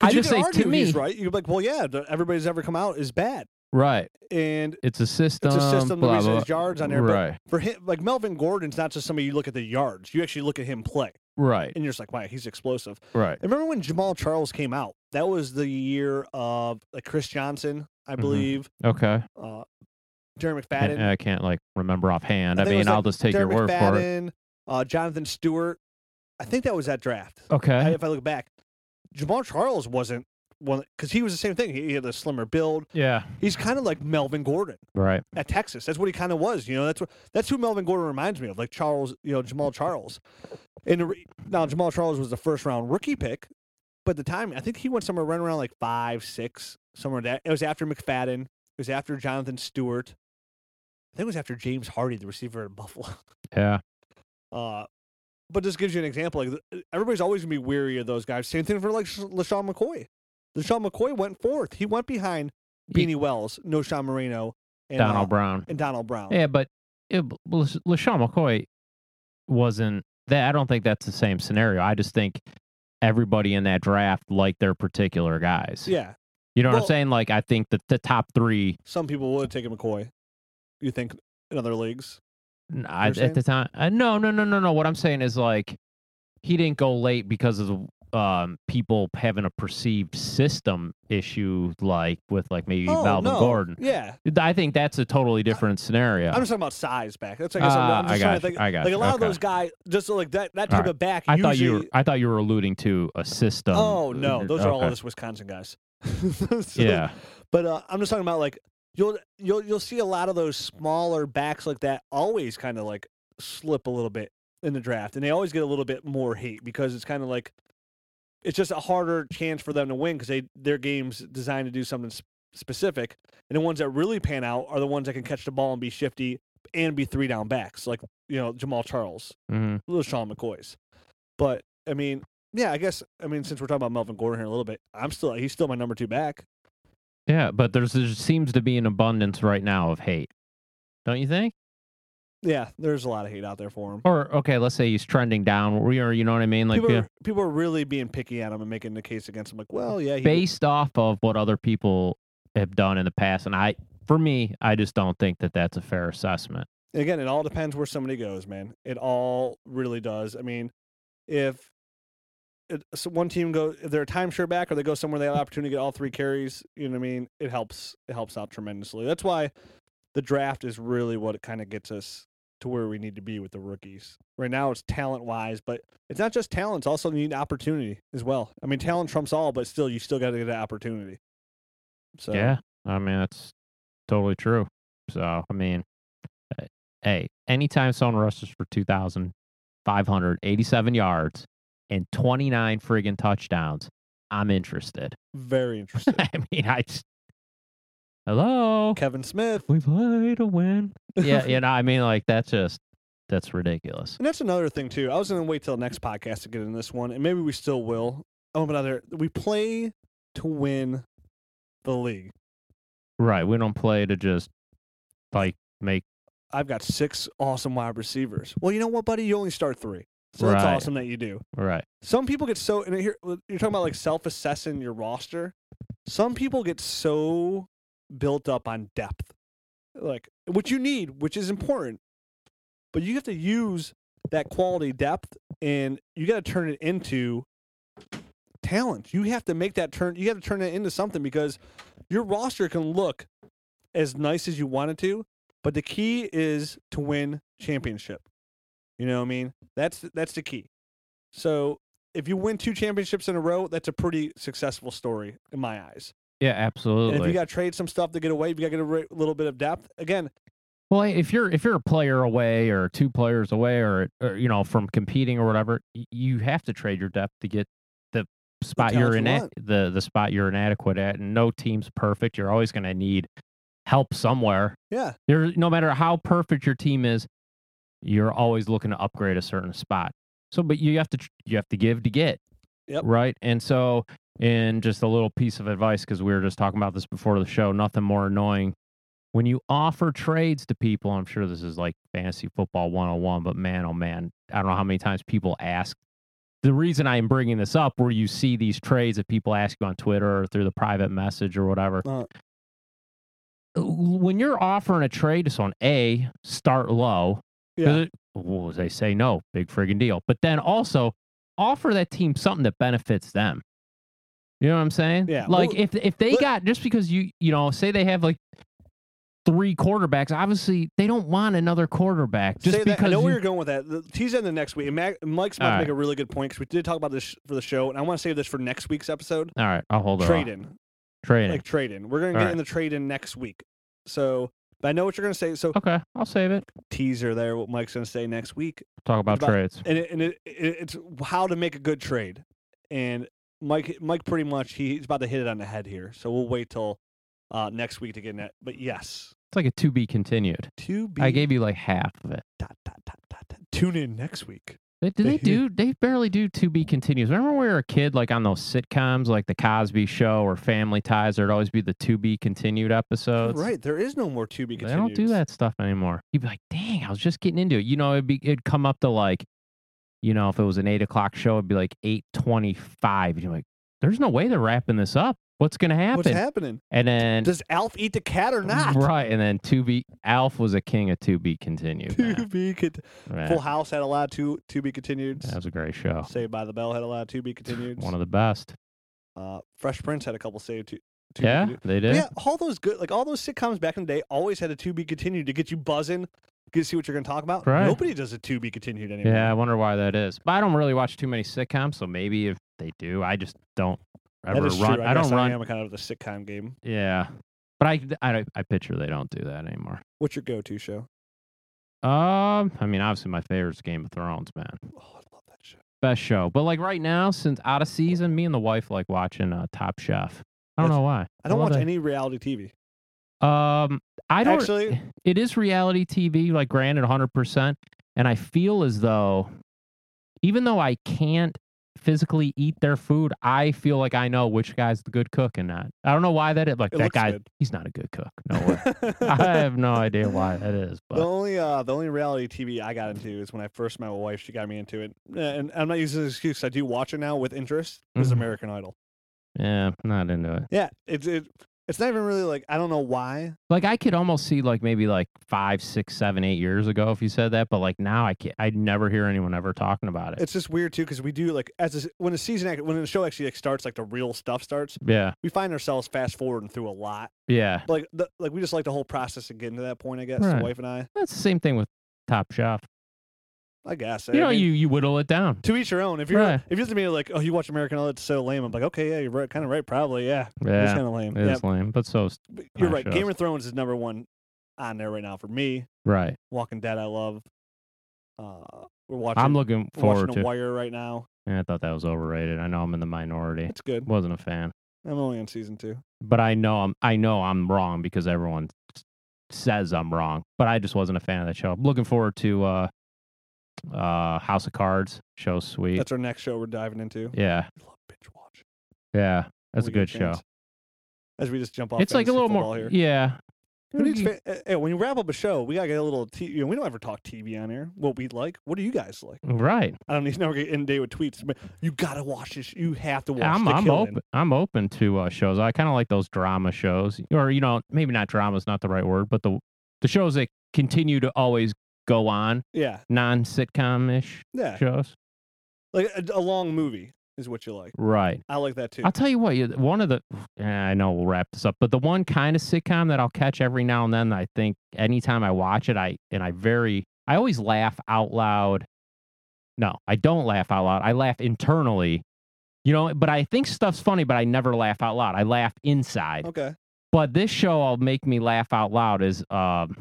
Speaker 2: I
Speaker 1: you
Speaker 2: just
Speaker 1: can
Speaker 2: say
Speaker 1: argue
Speaker 2: to me,
Speaker 1: he's right. You're like, well, yeah, the, everybody's ever come out is bad,
Speaker 2: right,
Speaker 1: and
Speaker 2: It's a system.
Speaker 1: it's a system.
Speaker 2: blah,
Speaker 1: the reason
Speaker 2: blah,
Speaker 1: his yards on there, but
Speaker 2: Right.
Speaker 1: for him, like Melvin Gordon's not just somebody you look at the yards. You actually look at him play,
Speaker 2: Right.
Speaker 1: and you're just like, wow, he's explosive.
Speaker 2: Right.
Speaker 1: I remember when Jamal Charles came out. That was the year of like Chris Johnson, I
Speaker 2: Mhm.
Speaker 1: believe,
Speaker 2: Okay.
Speaker 1: uh, Terry
Speaker 2: I,
Speaker 1: McFadden.
Speaker 2: I can't like remember offhand.
Speaker 1: I
Speaker 2: I,
Speaker 1: think it
Speaker 2: mean,
Speaker 1: was,
Speaker 2: I'll
Speaker 1: like,
Speaker 2: just take
Speaker 1: Terry
Speaker 2: your word for it.
Speaker 1: McFadden, uh, Jonathan Stewart. I think that was that draft. I-
Speaker 2: Okay.
Speaker 1: if I look back, Jamal Charles wasn't one because he was the same thing. He, he had a slimmer build.
Speaker 2: yeah.
Speaker 1: He's kind of like Melvin Gordon
Speaker 2: Right.
Speaker 1: at Texas. That's what he kind of was. You know, that's what that's who Melvin Gordon reminds me of, like Charles. You know, Jamal Charles. And the re- now Jamal Charles was the first round rookie pick, but at the time I think he went somewhere right around like five, six, somewhere that it was after McFadden. It was after Jonathan Stewart. I think it was after James Hardy, the receiver at Buffalo.
Speaker 2: Yeah.
Speaker 1: Uh, but this gives you an example. Like th- everybody's always gonna be weary of those guys. Same thing for like Sh- LaShawn McCoy. LaShawn McCoy went fourth. He went behind
Speaker 2: Ye-
Speaker 1: Beanie Wells, No. Sean Marino, and
Speaker 2: Donald
Speaker 1: uh,
Speaker 2: Brown.
Speaker 1: and Donald Brown.
Speaker 2: Yeah, but it, well, Lash- LaShawn McCoy wasn't that. I don't think that's the same scenario. I just think everybody in that draft liked their particular guys.
Speaker 1: Yeah,
Speaker 2: You know what
Speaker 1: Well-
Speaker 2: I'm saying? Like, I think that the top three
Speaker 1: some people would take a McCoy. You think in other leagues?
Speaker 2: n- I,
Speaker 1: saying?
Speaker 2: at the time. Uh, no, no, no, no, no. What I'm saying is like he didn't go late because of um, people having a perceived system issue, like with like maybe
Speaker 1: oh,
Speaker 2: Melvin
Speaker 1: no.
Speaker 2: Gordon.
Speaker 1: Yeah,
Speaker 2: I think that's a totally different scenario.
Speaker 1: I'm just talking about size back. That's like something-
Speaker 2: Ah,
Speaker 1: I'm just
Speaker 2: I
Speaker 1: trying
Speaker 2: got
Speaker 1: to
Speaker 2: you,
Speaker 1: think.
Speaker 2: I got
Speaker 1: like a
Speaker 2: you,
Speaker 1: lot of
Speaker 2: okay.
Speaker 1: those guys, just like that that
Speaker 2: All
Speaker 1: type of back.
Speaker 2: I
Speaker 1: usually,
Speaker 2: thought you were. I thought you were alluding to a system.
Speaker 1: Oh no, those are all
Speaker 2: Okay.
Speaker 1: just Wisconsin guys. *laughs* So-
Speaker 2: yeah.
Speaker 1: But uh, I'm just talking about like you'll you'll you'll see a lot of those smaller backs like that always kind of like slip a little bit in the draft, and they always get a little bit more hate because it's kind of like it's just a harder chance for them to win because they their games designed to do something s- specific, and the ones that really pan out are the ones that can catch the ball and be shifty and be three down backs, like you know Jamal Charles,
Speaker 2: Mm-hmm.
Speaker 1: little Sean McCoy's. But I mean, yeah, I guess I mean since we're talking about Melvin Gordon here a little bit, I'm still he's still my number two back.
Speaker 2: Yeah, but there's there seems to be an abundance right now of hate, don't you think?
Speaker 1: Yeah, there's a lot of hate out there for him.
Speaker 2: Or okay, let's say he's trending down. We are, you know what I mean? Like
Speaker 1: people,
Speaker 2: yeah,
Speaker 1: are, people are really being picky at him and making the case against him. Like, well, yeah, he,
Speaker 2: based off of what other people have done in the past, and I, for me, I just don't think that that's a fair assessment.
Speaker 1: again, it all depends where somebody goes, man. It all really does. I mean, if it, so one team goes, if they're a timeshare back or they go somewhere they have the opportunity to get all three carries, you know what I mean? It helps. It helps out tremendously. That's why the draft is really what it kind of gets us to where we need to be with the rookies. Right now, it's talent wise, but it's not just talent. It's also you need opportunity as well. I mean, talent trumps all, but still, you still got to get an opportunity. So
Speaker 2: Yeah, I mean that's totally true. So I mean, uh, hey, anytime someone rushes for two thousand five hundred eighty-seven yards and twenty-nine friggin' touchdowns, I'm interested. *laughs*
Speaker 1: very interesting.
Speaker 2: I mean, I just hello.
Speaker 1: Kevin Smith.
Speaker 2: We play to win. Yeah, *laughs* you know, I mean, like that's just that's ridiculous.
Speaker 1: And that's another thing too. I was gonna wait till the next podcast to get in this one, and maybe we still will. Oh, but other we play to win the league.
Speaker 2: Right? We don't play to just like make.
Speaker 1: I've got six awesome wide receivers. Well, you know what, buddy? You only start three, so that's
Speaker 2: Right.
Speaker 1: awesome that you do.
Speaker 2: Right.
Speaker 1: Some people get so and here you're talking about like self-assessing your roster. Some people get so built up on depth, like which you need, which is important, but you have to use that quality depth and you got to turn it into talent. You have to make that turn. You got to turn it into something because your roster can look as nice as you want it to, but the key is to win championship. You know what I mean? That's that's the key. So if you win two championships in a row, that's a pretty successful story in my eyes.
Speaker 2: Yeah,
Speaker 1: And if
Speaker 2: absolutely.
Speaker 1: you got to trade some stuff to get away, if you got to get a ri- little bit of depth. Again,
Speaker 2: well, if you're if you're a player away or two players away or, or you know from competing or whatever, y- you have to trade your depth to get the spot
Speaker 1: talent
Speaker 2: you're
Speaker 1: you
Speaker 2: in
Speaker 1: want.
Speaker 2: the the spot you're inadequate at. And no team's perfect. You're always going to need help somewhere.
Speaker 1: yeah,
Speaker 2: There, no matter how perfect your team is, you're always looking to upgrade a certain spot. So, but you have to tr- you have to give to get,
Speaker 1: Yep.
Speaker 2: right? And so, and just a little piece of advice because we were just talking about this before the show. Nothing more annoying when you offer trades to people. I'm sure this is like fantasy football 101, but man, oh man, I don't know how many times people ask. The reason I am bringing this up, where you see these trades that people ask you on Twitter or through the private message or whatever,
Speaker 1: Uh.
Speaker 2: when you're offering a trade to someone, a start low,
Speaker 1: yeah.
Speaker 2: 'Cause it- well, they say no, big friggin' deal. But then also offer that team something that benefits them. You know what I'm saying?
Speaker 1: Yeah,
Speaker 2: Like
Speaker 1: well,
Speaker 2: if if they
Speaker 1: let-
Speaker 2: got just because you you know say they have like three quarterbacks, obviously they don't want another quarterback just
Speaker 1: Say that. I
Speaker 2: because.
Speaker 1: know where
Speaker 2: you-
Speaker 1: you're going with that. The- Tease in the next week. And Mac, Mike's about to make a really good point because we did talk about this sh- for the show, and I want to save this for next week's episode.
Speaker 2: all right, I'll hold it.
Speaker 1: Trade in,
Speaker 2: Trade
Speaker 1: like trade in. We're gonna
Speaker 2: All
Speaker 1: get
Speaker 2: right.
Speaker 1: in the trade in next week. So but I know what you're gonna say. So
Speaker 2: Okay, I'll save it.
Speaker 1: teaser there, what Mike's gonna say next week,
Speaker 2: Talk about,
Speaker 1: About-
Speaker 2: trades.
Speaker 1: and it, and it, it, it's how to make a good trade. And Mike, Mike, pretty much he's about to hit it on the head here. So we'll wait till uh, next week to get in that. But yes,
Speaker 2: It's like a to be continued.
Speaker 1: to be
Speaker 2: I gave you like half of it.
Speaker 1: dot, dot, dot, dot, dot. tune in next week.
Speaker 2: They, do
Speaker 1: They *laughs*
Speaker 2: they
Speaker 1: hear-
Speaker 2: do? They barely do to be continues. Remember when we were a kid, like on those sitcoms, like The Cosby Show or Family Ties. There'd always be the to be continued
Speaker 1: You're
Speaker 2: episodes.
Speaker 1: right, there is no more to be.
Speaker 2: They don't do
Speaker 1: continues.
Speaker 2: that stuff anymore. You'd be like, "Dang, I was just getting into it." You know, it'd be it'd come up to like, you know, if it was an eight o'clock show, it'd be like eight twenty-five. You're like, "There's no way they're wrapping this up. What's gonna happen?"
Speaker 1: What's happening?
Speaker 2: and then
Speaker 1: Does Alf eat the cat or not?
Speaker 2: right, and then to be Alf was a king of to be continued. man.
Speaker 1: *laughs* *laughs* To be con-
Speaker 2: Man,
Speaker 1: Full House had a lot to to be continued.
Speaker 2: that was a great show.
Speaker 1: Saved by the Bell had a lot to be continued.
Speaker 2: One of the best.
Speaker 1: uh, Fresh Prince had a couple saved to. to be
Speaker 2: Yeah,
Speaker 1: continued.
Speaker 2: they
Speaker 1: But
Speaker 2: did.
Speaker 1: yeah. All those good, like all those sitcoms back in the day, always had a to be continued to get you buzzing, get to see what you're going to talk about.
Speaker 2: Right.
Speaker 1: Nobody does a to be continued anymore.
Speaker 2: Yeah, I wonder why that is. But I don't really watch too many sitcoms, so maybe if they do, I just don't
Speaker 1: That
Speaker 2: ever
Speaker 1: is
Speaker 2: run.
Speaker 1: true.
Speaker 2: I, don't
Speaker 1: guess
Speaker 2: run.
Speaker 1: I am kind of the sitcom game.
Speaker 2: Yeah, but I, I don't- I picture they don't do that anymore.
Speaker 1: What's your go-to show?
Speaker 2: Um, I mean, obviously my favorite is Game of Thrones, man.
Speaker 1: Oh, I love that show.
Speaker 2: Best show. But like right now, since out of season, me and the wife like watching uh, Top Chef. I don't
Speaker 1: That's-
Speaker 2: know why.
Speaker 1: I don't
Speaker 2: love
Speaker 1: watch
Speaker 2: that.
Speaker 1: any reality TV.
Speaker 2: Um, I don't.
Speaker 1: Actually-
Speaker 2: *sighs* it is reality TV, like granted, hundred percent. And I feel as though, even though I can't physically eat their food, I feel like I know which guy's the good cook and not. I don't know why that is. Like
Speaker 1: It
Speaker 2: that
Speaker 1: looks
Speaker 2: guy,
Speaker 1: good.
Speaker 2: he's not a good cook. No way.
Speaker 1: *laughs*
Speaker 2: *laughs* I have no idea why that is. But
Speaker 1: The only uh, the only reality TV I got into is when I first met my wife. She got me into it, Uh, and I'm not using this excuse. I do watch it now with interest. Is
Speaker 2: Mhm.
Speaker 1: American Idol?
Speaker 2: yeah, I'm not into it.
Speaker 1: Yeah, it's it, it's not even really like I don't know why.
Speaker 2: Like I could almost see like maybe like five, six, seven, eight years ago if you said that, but like now I can't. I never hear anyone ever talking about it.
Speaker 1: It's just weird too because we do like as a s when the season act, when the show actually like, starts like the real stuff starts.
Speaker 2: yeah,
Speaker 1: We find ourselves fast forwarding through a lot.
Speaker 2: yeah.
Speaker 1: Like the, like we just like the whole process of getting to that point. I guess
Speaker 2: Right.
Speaker 1: my wife and I.
Speaker 2: That's the same thing with Top Chef.
Speaker 1: I guess eh,
Speaker 2: You
Speaker 1: I
Speaker 2: know,
Speaker 1: mean,
Speaker 2: you you whittle it down.
Speaker 1: to each your own. If you're
Speaker 2: Right.
Speaker 1: if you're to me like oh you watch American Idol it's so lame. I'm like okay yeah you're right, kind of right probably yeah. It's
Speaker 2: Yeah,
Speaker 1: kind of lame.
Speaker 2: it
Speaker 1: Yeah,
Speaker 2: is lame, but so is-
Speaker 1: But You're
Speaker 2: my
Speaker 1: right.
Speaker 2: shows.
Speaker 1: Game of Thrones is number one on there right now for me.
Speaker 2: right.
Speaker 1: Walking Dead, I love. Uh, we're watching.
Speaker 2: I'm looking
Speaker 1: we're watching
Speaker 2: forward
Speaker 1: The
Speaker 2: to. it.
Speaker 1: Wire right now.
Speaker 2: Yeah, I thought that was overrated. I know I'm in the minority.
Speaker 1: It's good.
Speaker 2: Wasn't a fan,
Speaker 1: I'm only on season two.
Speaker 2: but I know I'm I know I'm wrong because everyone s- says I'm wrong. But I just wasn't a fan of that show. I'm looking forward to uh, uh, House of Cards. Show's sweet.
Speaker 1: That's our next show we're diving into.
Speaker 2: yeah,
Speaker 1: I love binge watch.
Speaker 2: yeah. That's a
Speaker 1: When we
Speaker 2: good
Speaker 1: get a
Speaker 2: show.
Speaker 1: chance. As we just jump off.
Speaker 2: It's like a
Speaker 1: fantasy
Speaker 2: little
Speaker 1: football Here.
Speaker 2: more. Yeah.
Speaker 1: Who needs fa- eh, eh, when you wrap up a show, we gotta get a little. T- you know, we don't ever talk TV on air. What we like. What do you guys like?
Speaker 2: Right.
Speaker 1: I don't need to get in day with tweets. but You gotta watch this. You have to watch.
Speaker 2: I'm,
Speaker 1: The
Speaker 2: I'm
Speaker 1: Killing.
Speaker 2: open. I'm open to uh, shows. I kind of like those drama shows, or you know, maybe not drama is not the right word, but the the shows that continue to always go on,
Speaker 1: Yeah,
Speaker 2: non sitcom ish
Speaker 1: yeah.
Speaker 2: shows.
Speaker 1: Like a, a long movie is what you like.
Speaker 2: Right.
Speaker 1: I like that too.
Speaker 2: I'll tell you what. you- One of the eh, I know we'll wrap this up, but the one kind of sitcom that I'll catch every now and then. I think anytime I watch it, I and I very I always laugh out loud. No, I don't laugh out loud. I laugh internally. You know, but I think stuff's funny, but I never laugh out loud. I laugh inside.
Speaker 1: Okay.
Speaker 2: But this show will make me laugh out loud. Is um,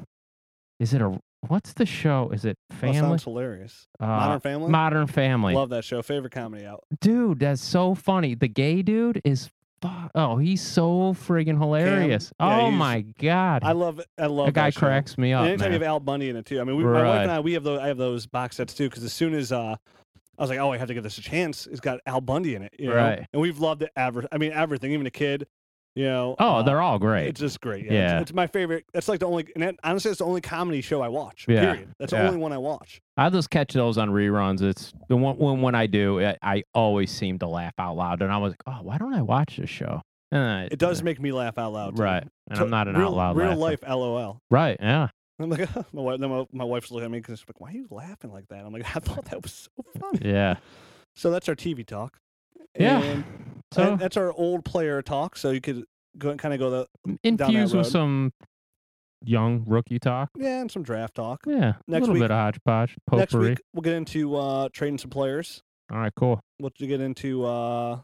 Speaker 2: is it a what's the show? Is it
Speaker 1: That
Speaker 2: Family?
Speaker 1: sounds hilarious.
Speaker 2: Uh,
Speaker 1: Modern Family.
Speaker 2: Modern Family.
Speaker 1: Love that show. Favorite comedy out.
Speaker 2: Dude, that's so funny. The gay dude is. fu- Oh, he's so friggin' hilarious!
Speaker 1: Yeah,
Speaker 2: oh
Speaker 1: he's-
Speaker 2: my god,
Speaker 1: I love. I love.
Speaker 2: that guy
Speaker 1: that show.
Speaker 2: cracks me
Speaker 1: And
Speaker 2: up.
Speaker 1: anytime you
Speaker 2: man.
Speaker 1: have Al Bundy in it too. I mean, we, my wife
Speaker 2: Right.
Speaker 1: and I, we have those. I have those box sets too. Because as soon as uh, I was like, oh, I have to give this a chance. It's got Al Bundy in it. You know?
Speaker 2: Right.
Speaker 1: And we've loved it. Ever. I mean, everything. Even a kid. You know.
Speaker 2: Oh,
Speaker 1: uh,
Speaker 2: they're all great.
Speaker 1: It's just great. Yeah.
Speaker 2: Yeah.
Speaker 1: It's, it's my favorite. That's like the only. And that, honestly, it's the only comedy show I watch.
Speaker 2: Yeah.
Speaker 1: Period. That's the
Speaker 2: Yeah.
Speaker 1: only one I watch.
Speaker 2: I'll just catch those on reruns. It's the one when, when I do, I, I always seem to laugh out loud, and I was like, oh, why don't I watch this show? And I-
Speaker 1: It does make me laugh out loud. too.
Speaker 2: right, and
Speaker 1: So,
Speaker 2: I'm not an
Speaker 1: real,
Speaker 2: out loud
Speaker 1: Real
Speaker 2: laugher.
Speaker 1: life, LOL.
Speaker 2: right? Yeah,
Speaker 1: I'm like, *laughs* my wife, then my, my wife's looking at me because like, why are you laughing like that? I'm like, *laughs* I thought that was so funny. *laughs*
Speaker 2: yeah,
Speaker 1: So that's our TV talk.
Speaker 2: yeah.
Speaker 1: And,
Speaker 2: so
Speaker 1: and that's our old player talk. So you could go and kind of go the
Speaker 2: infused with
Speaker 1: road.
Speaker 2: some young rookie talk.
Speaker 1: yeah, and some draft talk.
Speaker 2: Yeah,
Speaker 1: Next
Speaker 2: a little
Speaker 1: week-
Speaker 2: bit of hodgepodge,
Speaker 1: Next
Speaker 2: potpourri.
Speaker 1: week we'll get into uh, trading some players.
Speaker 2: All right, cool.
Speaker 1: We'll get into uh,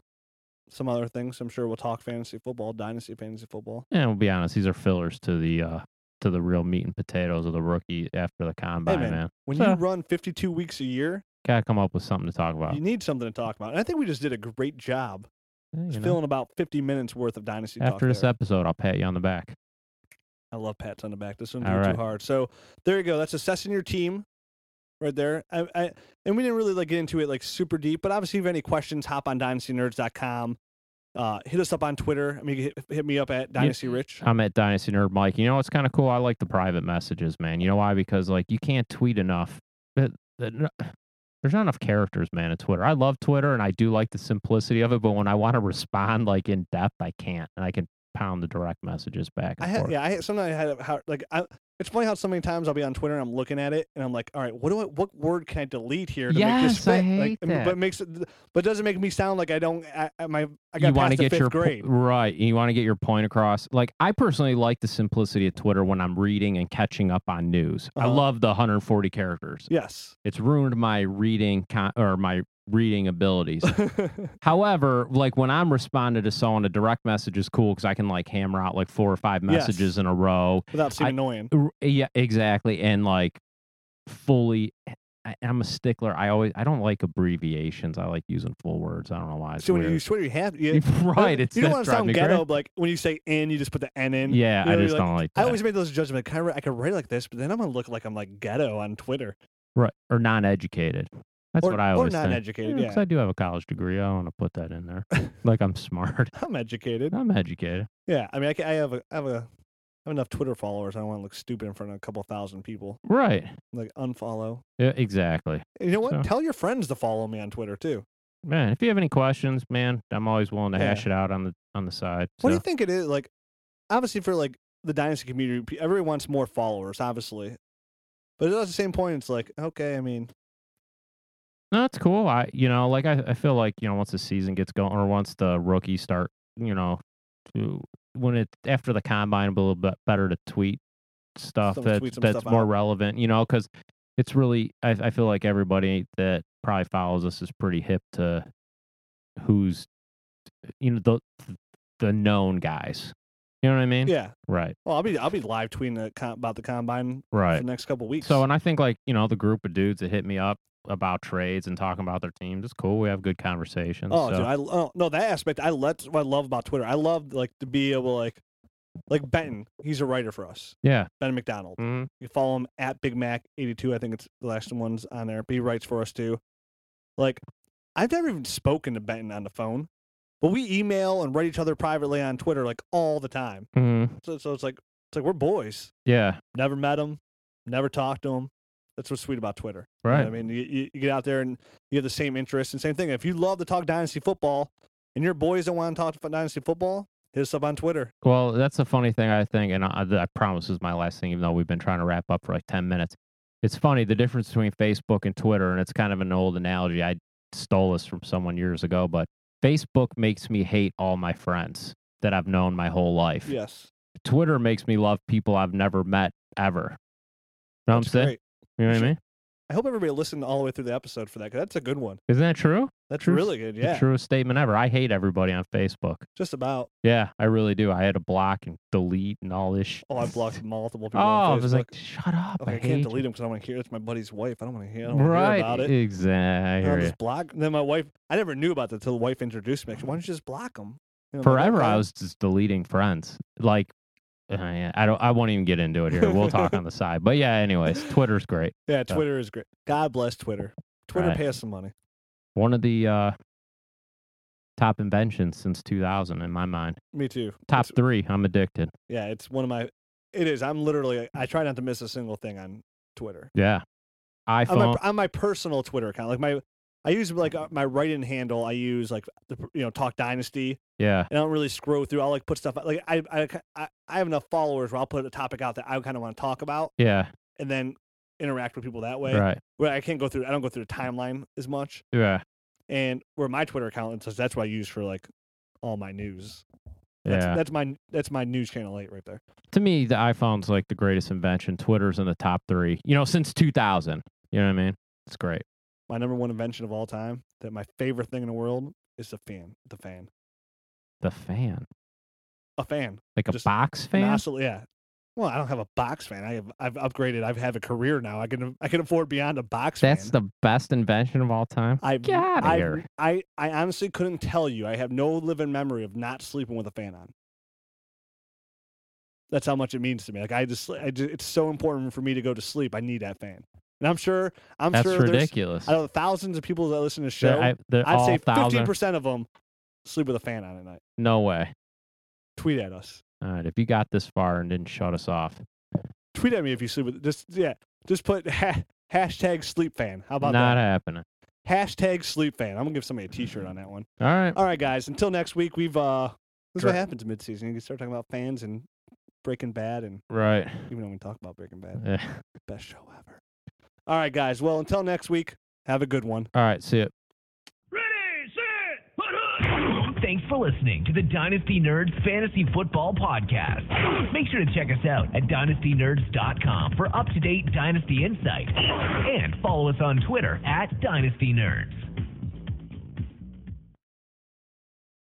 Speaker 1: some other things. I'm sure we'll talk fantasy football, dynasty fantasy football.
Speaker 2: And we'll be honest, these are fillers to the uh to the real meat and potatoes of the rookie after the combine,
Speaker 1: man,
Speaker 2: man.
Speaker 1: When you
Speaker 2: Yeah.
Speaker 1: run 52 weeks a year,
Speaker 2: Gotta come up with something to talk about.
Speaker 1: you need something to talk about. And I think we just did a great job
Speaker 2: Yeah, Eh, you know,
Speaker 1: filling about 50 minutes worth of dynasty talk.
Speaker 2: after this
Speaker 1: there.
Speaker 2: episode, I'll pat you on the back.
Speaker 1: I love pats on the back. This one's
Speaker 2: All
Speaker 1: too
Speaker 2: right.
Speaker 1: hard. So there you go. That's assessing your team, right there. I, I and we didn't really like get into it like super deep, but obviously, if you have any questions, hop on dynastynerds.com. Uh, hit us up on Twitter. I mean, hit, hit me up at Dynasty Rich.
Speaker 2: I'm at Dynasty Nerd Mike. You know what's kind of cool? I like the private messages, man. You know why? Because like you can't tweet enough. That- that- n- There's not enough characters, man, in Twitter. I love Twitter and I do like the simplicity of it, but when I want to respond like in depth, I can't. And I can pound the direct messages back.
Speaker 1: I
Speaker 2: And
Speaker 1: had
Speaker 2: forth.
Speaker 1: yeah. I had, sometimes I had a how, like I. It's funny how so many times I'll be on Twitter and I'm looking at it and I'm like, all right, what do I, what word can I delete here to make this
Speaker 2: Yes,
Speaker 1: fit? like,
Speaker 2: I hate
Speaker 1: and- But
Speaker 2: that.
Speaker 1: makes it, but doesn't make me sound like I don't. I, I my I got
Speaker 2: you
Speaker 1: past
Speaker 2: want
Speaker 1: the
Speaker 2: to get
Speaker 1: fifth
Speaker 2: your po-
Speaker 1: grade.
Speaker 2: right. You want to get your point across. Like I personally like the simplicity of Twitter when I'm reading and catching up on news. I
Speaker 1: Uh-huh.
Speaker 2: love the 140 characters.
Speaker 1: yes. *laughs*
Speaker 2: It's ruined my reading con- or my reading
Speaker 1: *laughs*
Speaker 2: abilities. However, like when I'm responding to someone, a direct message is cool because I can like hammer out like four or five
Speaker 1: Yes.
Speaker 2: messages in a row.
Speaker 1: Without seeming
Speaker 2: I-
Speaker 1: annoying.
Speaker 2: R- Yeah, exactly. And like fully I, I'm a stickler. I always I don't like abbreviations. I like using full words. I don't know why. It's
Speaker 1: So when you
Speaker 3: weird.
Speaker 1: use Twitter, you have you,
Speaker 2: *laughs* right, it's
Speaker 1: you don't
Speaker 2: that's
Speaker 1: want to
Speaker 2: driving
Speaker 1: sound
Speaker 2: me
Speaker 1: ghetto,
Speaker 2: crazy.
Speaker 1: but like when you say "in," you just put the "n" in.
Speaker 2: Yeah,
Speaker 1: you know,
Speaker 2: I
Speaker 1: you're
Speaker 2: just
Speaker 1: like-
Speaker 2: don't like. That.
Speaker 1: I always make those judgments. Can I, write- I could write like this, but then I'm gonna look like I'm like ghetto on Twitter.
Speaker 2: right or non-educated. That's
Speaker 1: or,
Speaker 2: what I
Speaker 1: or
Speaker 2: always think.
Speaker 1: non-educated.
Speaker 2: Because
Speaker 1: Yeah,
Speaker 2: I do have a college degree. I want to put that
Speaker 1: *laughs*
Speaker 2: in there. like I'm smart. *laughs*
Speaker 1: I'm educated.
Speaker 2: I'm educated.
Speaker 1: Yeah, I mean, I, ca- I have a, I have a, I have enough Twitter followers. I don't want to look stupid in front of a couple thousand people.
Speaker 2: Right.
Speaker 1: Like unfollow.
Speaker 2: Yeah, exactly.
Speaker 1: And you know what?
Speaker 2: So-
Speaker 1: Tell your friends to follow me on Twitter too.
Speaker 2: Man, if you have any questions, man, I'm always willing to
Speaker 1: Yeah.
Speaker 2: hash it out on the on the side.
Speaker 1: What do you
Speaker 2: so.
Speaker 1: think it is? Like, obviously, for like the dynasty community, pe- everyone wants more followers, obviously. But at the same point, it's like, okay, I mean,
Speaker 2: No, it's cool. I you know, like I, I feel like, you know, once the season gets going or once the rookies start, you know, to when it after the combine it'll be a little bit better to tweet stuff
Speaker 1: Some-
Speaker 2: that's
Speaker 1: tweet some
Speaker 2: that's
Speaker 1: stuff
Speaker 2: more
Speaker 1: out.
Speaker 2: relevant, you know, because it's really I, I feel like everybody that probably follows us is pretty hip to who's you know, the the known guys. You know what I mean?
Speaker 1: yeah.
Speaker 2: Right.
Speaker 1: Well, I'll be, I'll be live tweeting the com- about the combine for
Speaker 2: Right.
Speaker 1: the next couple weeks.
Speaker 2: So, and I think like you know the group of dudes that hit me up about trades and talking about their teams. It's cool. We have good conversations.
Speaker 1: Oh,
Speaker 2: so-
Speaker 1: dude, I oh, no that aspect. I let what I love about Twitter. I love like to be able like like Benton. He's a writer for us.
Speaker 2: yeah.
Speaker 1: Ben McDonald.
Speaker 2: hmm
Speaker 1: You follow him at Big Mac eighty two. I think it's the last one's on there. But he writes for us too. Like I've never even spoken to Benton on the phone, but we email and write each other privately on Twitter like all the time.
Speaker 2: hmm
Speaker 1: So so it's like it's like we're boys.
Speaker 2: Yeah.
Speaker 1: Never met him, never talked to him. That's what's sweet about Twitter. You know
Speaker 2: Right.
Speaker 1: what I mean, you, you, you get out there and you have the same interests and same thing. If you love to talk dynasty football and your boys don't want to talk about dynasty football, hit us up on Twitter.
Speaker 2: Well, that's the funny thing I think, and I, I promise this is my last thing, even though we've been trying to wrap up for like ten minutes. It's funny the difference between Facebook and Twitter, and it's kind of an old analogy. I stole this from someone years ago, but Facebook makes me hate all my friends that I've known my whole life.
Speaker 1: Yes.
Speaker 2: Twitter makes me love people I've never met ever. Know what I'm
Speaker 1: that's
Speaker 2: saying?
Speaker 1: great.
Speaker 2: You know what I
Speaker 1: Sure.
Speaker 2: mean?
Speaker 1: I hope everybody listened all the way through the episode for that 'cause that's a good one.
Speaker 2: Isn't that true?
Speaker 1: That's
Speaker 2: Truth-
Speaker 1: really good.
Speaker 2: The
Speaker 1: Yeah.
Speaker 2: truest statement ever. I hate everybody on Facebook.
Speaker 1: Just about.
Speaker 2: Yeah, I really do. I had to block and delete and all this. Sh-
Speaker 1: Oh, I blocked multiple
Speaker 2: Oh,
Speaker 1: people.
Speaker 2: I
Speaker 1: on
Speaker 2: was
Speaker 1: Facebook.
Speaker 2: like, shut up.
Speaker 1: Okay,
Speaker 2: I,
Speaker 1: I,
Speaker 2: hate
Speaker 1: can't
Speaker 2: you."
Speaker 1: delete them because I want to hear it's my buddy's wife. I don't want to hear, I don't wanna
Speaker 2: Right.
Speaker 1: hear about it.
Speaker 2: Exactly.
Speaker 1: And I'll just block. Then my wife, I never knew about that until the wife introduced me. She, Why don't you just block them?
Speaker 2: Forever,
Speaker 1: "Oh,
Speaker 2: I was just deleting friends. Like, uh, yeah, I don't. I won't even get into it here. We'll
Speaker 1: *laughs*
Speaker 2: talk on the side. But yeah, anyways, Twitter's great.
Speaker 1: Yeah, Twitter is great. God bless Twitter. Twitter
Speaker 2: Right.
Speaker 1: pay us some money.
Speaker 2: One of the uh, top inventions since 2000 in my mind.
Speaker 1: Me too.
Speaker 2: Top
Speaker 1: It's-
Speaker 2: three. I'm addicted.
Speaker 1: Yeah, it's one of my. It is. I'm literally. I try not to miss a single thing on Twitter.
Speaker 2: Yeah.
Speaker 1: On my,
Speaker 2: iPhone.
Speaker 1: on my personal Twitter account, like my, I use like uh, my write-in handle. I use like the you know Talk Dynasty,
Speaker 2: yeah.
Speaker 1: and I don't really scroll through. I'll like put stuff like I I ki- I, I have enough followers where I'll put a topic out that I kind of want to talk about,
Speaker 2: Yeah.
Speaker 1: and then interact with people that way.
Speaker 2: Right.
Speaker 1: Where I can't go through. I don't go through the timeline as much,
Speaker 2: Yeah.
Speaker 1: and where my Twitter account and such. That's what I use for like all my news. That's,
Speaker 2: Yeah.
Speaker 1: that's my that's my news channel eight right there.
Speaker 2: to me, the iPhone's like the greatest invention. Twitter's in the top three, you know, since 2000. You know what I mean? It's great.
Speaker 1: my number one invention of all time that my favorite thing in the world is the fan the fan
Speaker 2: The fan,
Speaker 1: a fan
Speaker 2: like a
Speaker 1: Just
Speaker 2: box
Speaker 1: An
Speaker 2: fan.
Speaker 1: absolute- yeah well i don't have a box fan i have i've upgraded i have a career now i can i can afford beyond a box fan.
Speaker 2: That's the best invention of all time.
Speaker 1: I've,
Speaker 2: Get out of
Speaker 1: I've-
Speaker 2: here.
Speaker 1: I, I honestly couldn't tell you. I have no living memory of not sleeping with a fan on. That's how much it means to me. Like I just, I just it's so important for me to go to sleep. I need that fan. And I'm sure, I'm
Speaker 2: That's
Speaker 1: sure there's,
Speaker 2: ridiculous.
Speaker 1: I know thousands of people that listen to the
Speaker 2: They're-
Speaker 1: show.
Speaker 2: I, they're
Speaker 1: I'd
Speaker 2: all
Speaker 1: say fifteen
Speaker 2: thousand.
Speaker 1: percent of them sleep with a fan on at night.
Speaker 2: No way.
Speaker 1: Tweet at us.
Speaker 2: All right. If you got this far and didn't shut us off,
Speaker 1: Tweet at me if you sleep with just yeah. Just put ha- hashtag sleep fan. How about
Speaker 2: not happening.
Speaker 1: that? Hashtag sleep fan. I'm gonna give somebody a T-shirt on that one.
Speaker 2: All right.
Speaker 1: All right, guys. Until next week, we've uh. This is what
Speaker 2: Dra-
Speaker 1: happens midseason. You can start talking about fans and Breaking Bad, and
Speaker 2: Right. Eh,
Speaker 1: even though we talk about Breaking Bad,
Speaker 2: Yeah.
Speaker 1: best show ever. All right, guys. Well, until next week, have a good one.
Speaker 2: All right. See ya.
Speaker 4: Ready, set, put up. Thanks for listening to the Dynasty Nerds Fantasy Football Podcast. Make sure to check us out at dynastynerds.com for up to date Dynasty insight. And follow us on Twitter at Dynasty Nerds.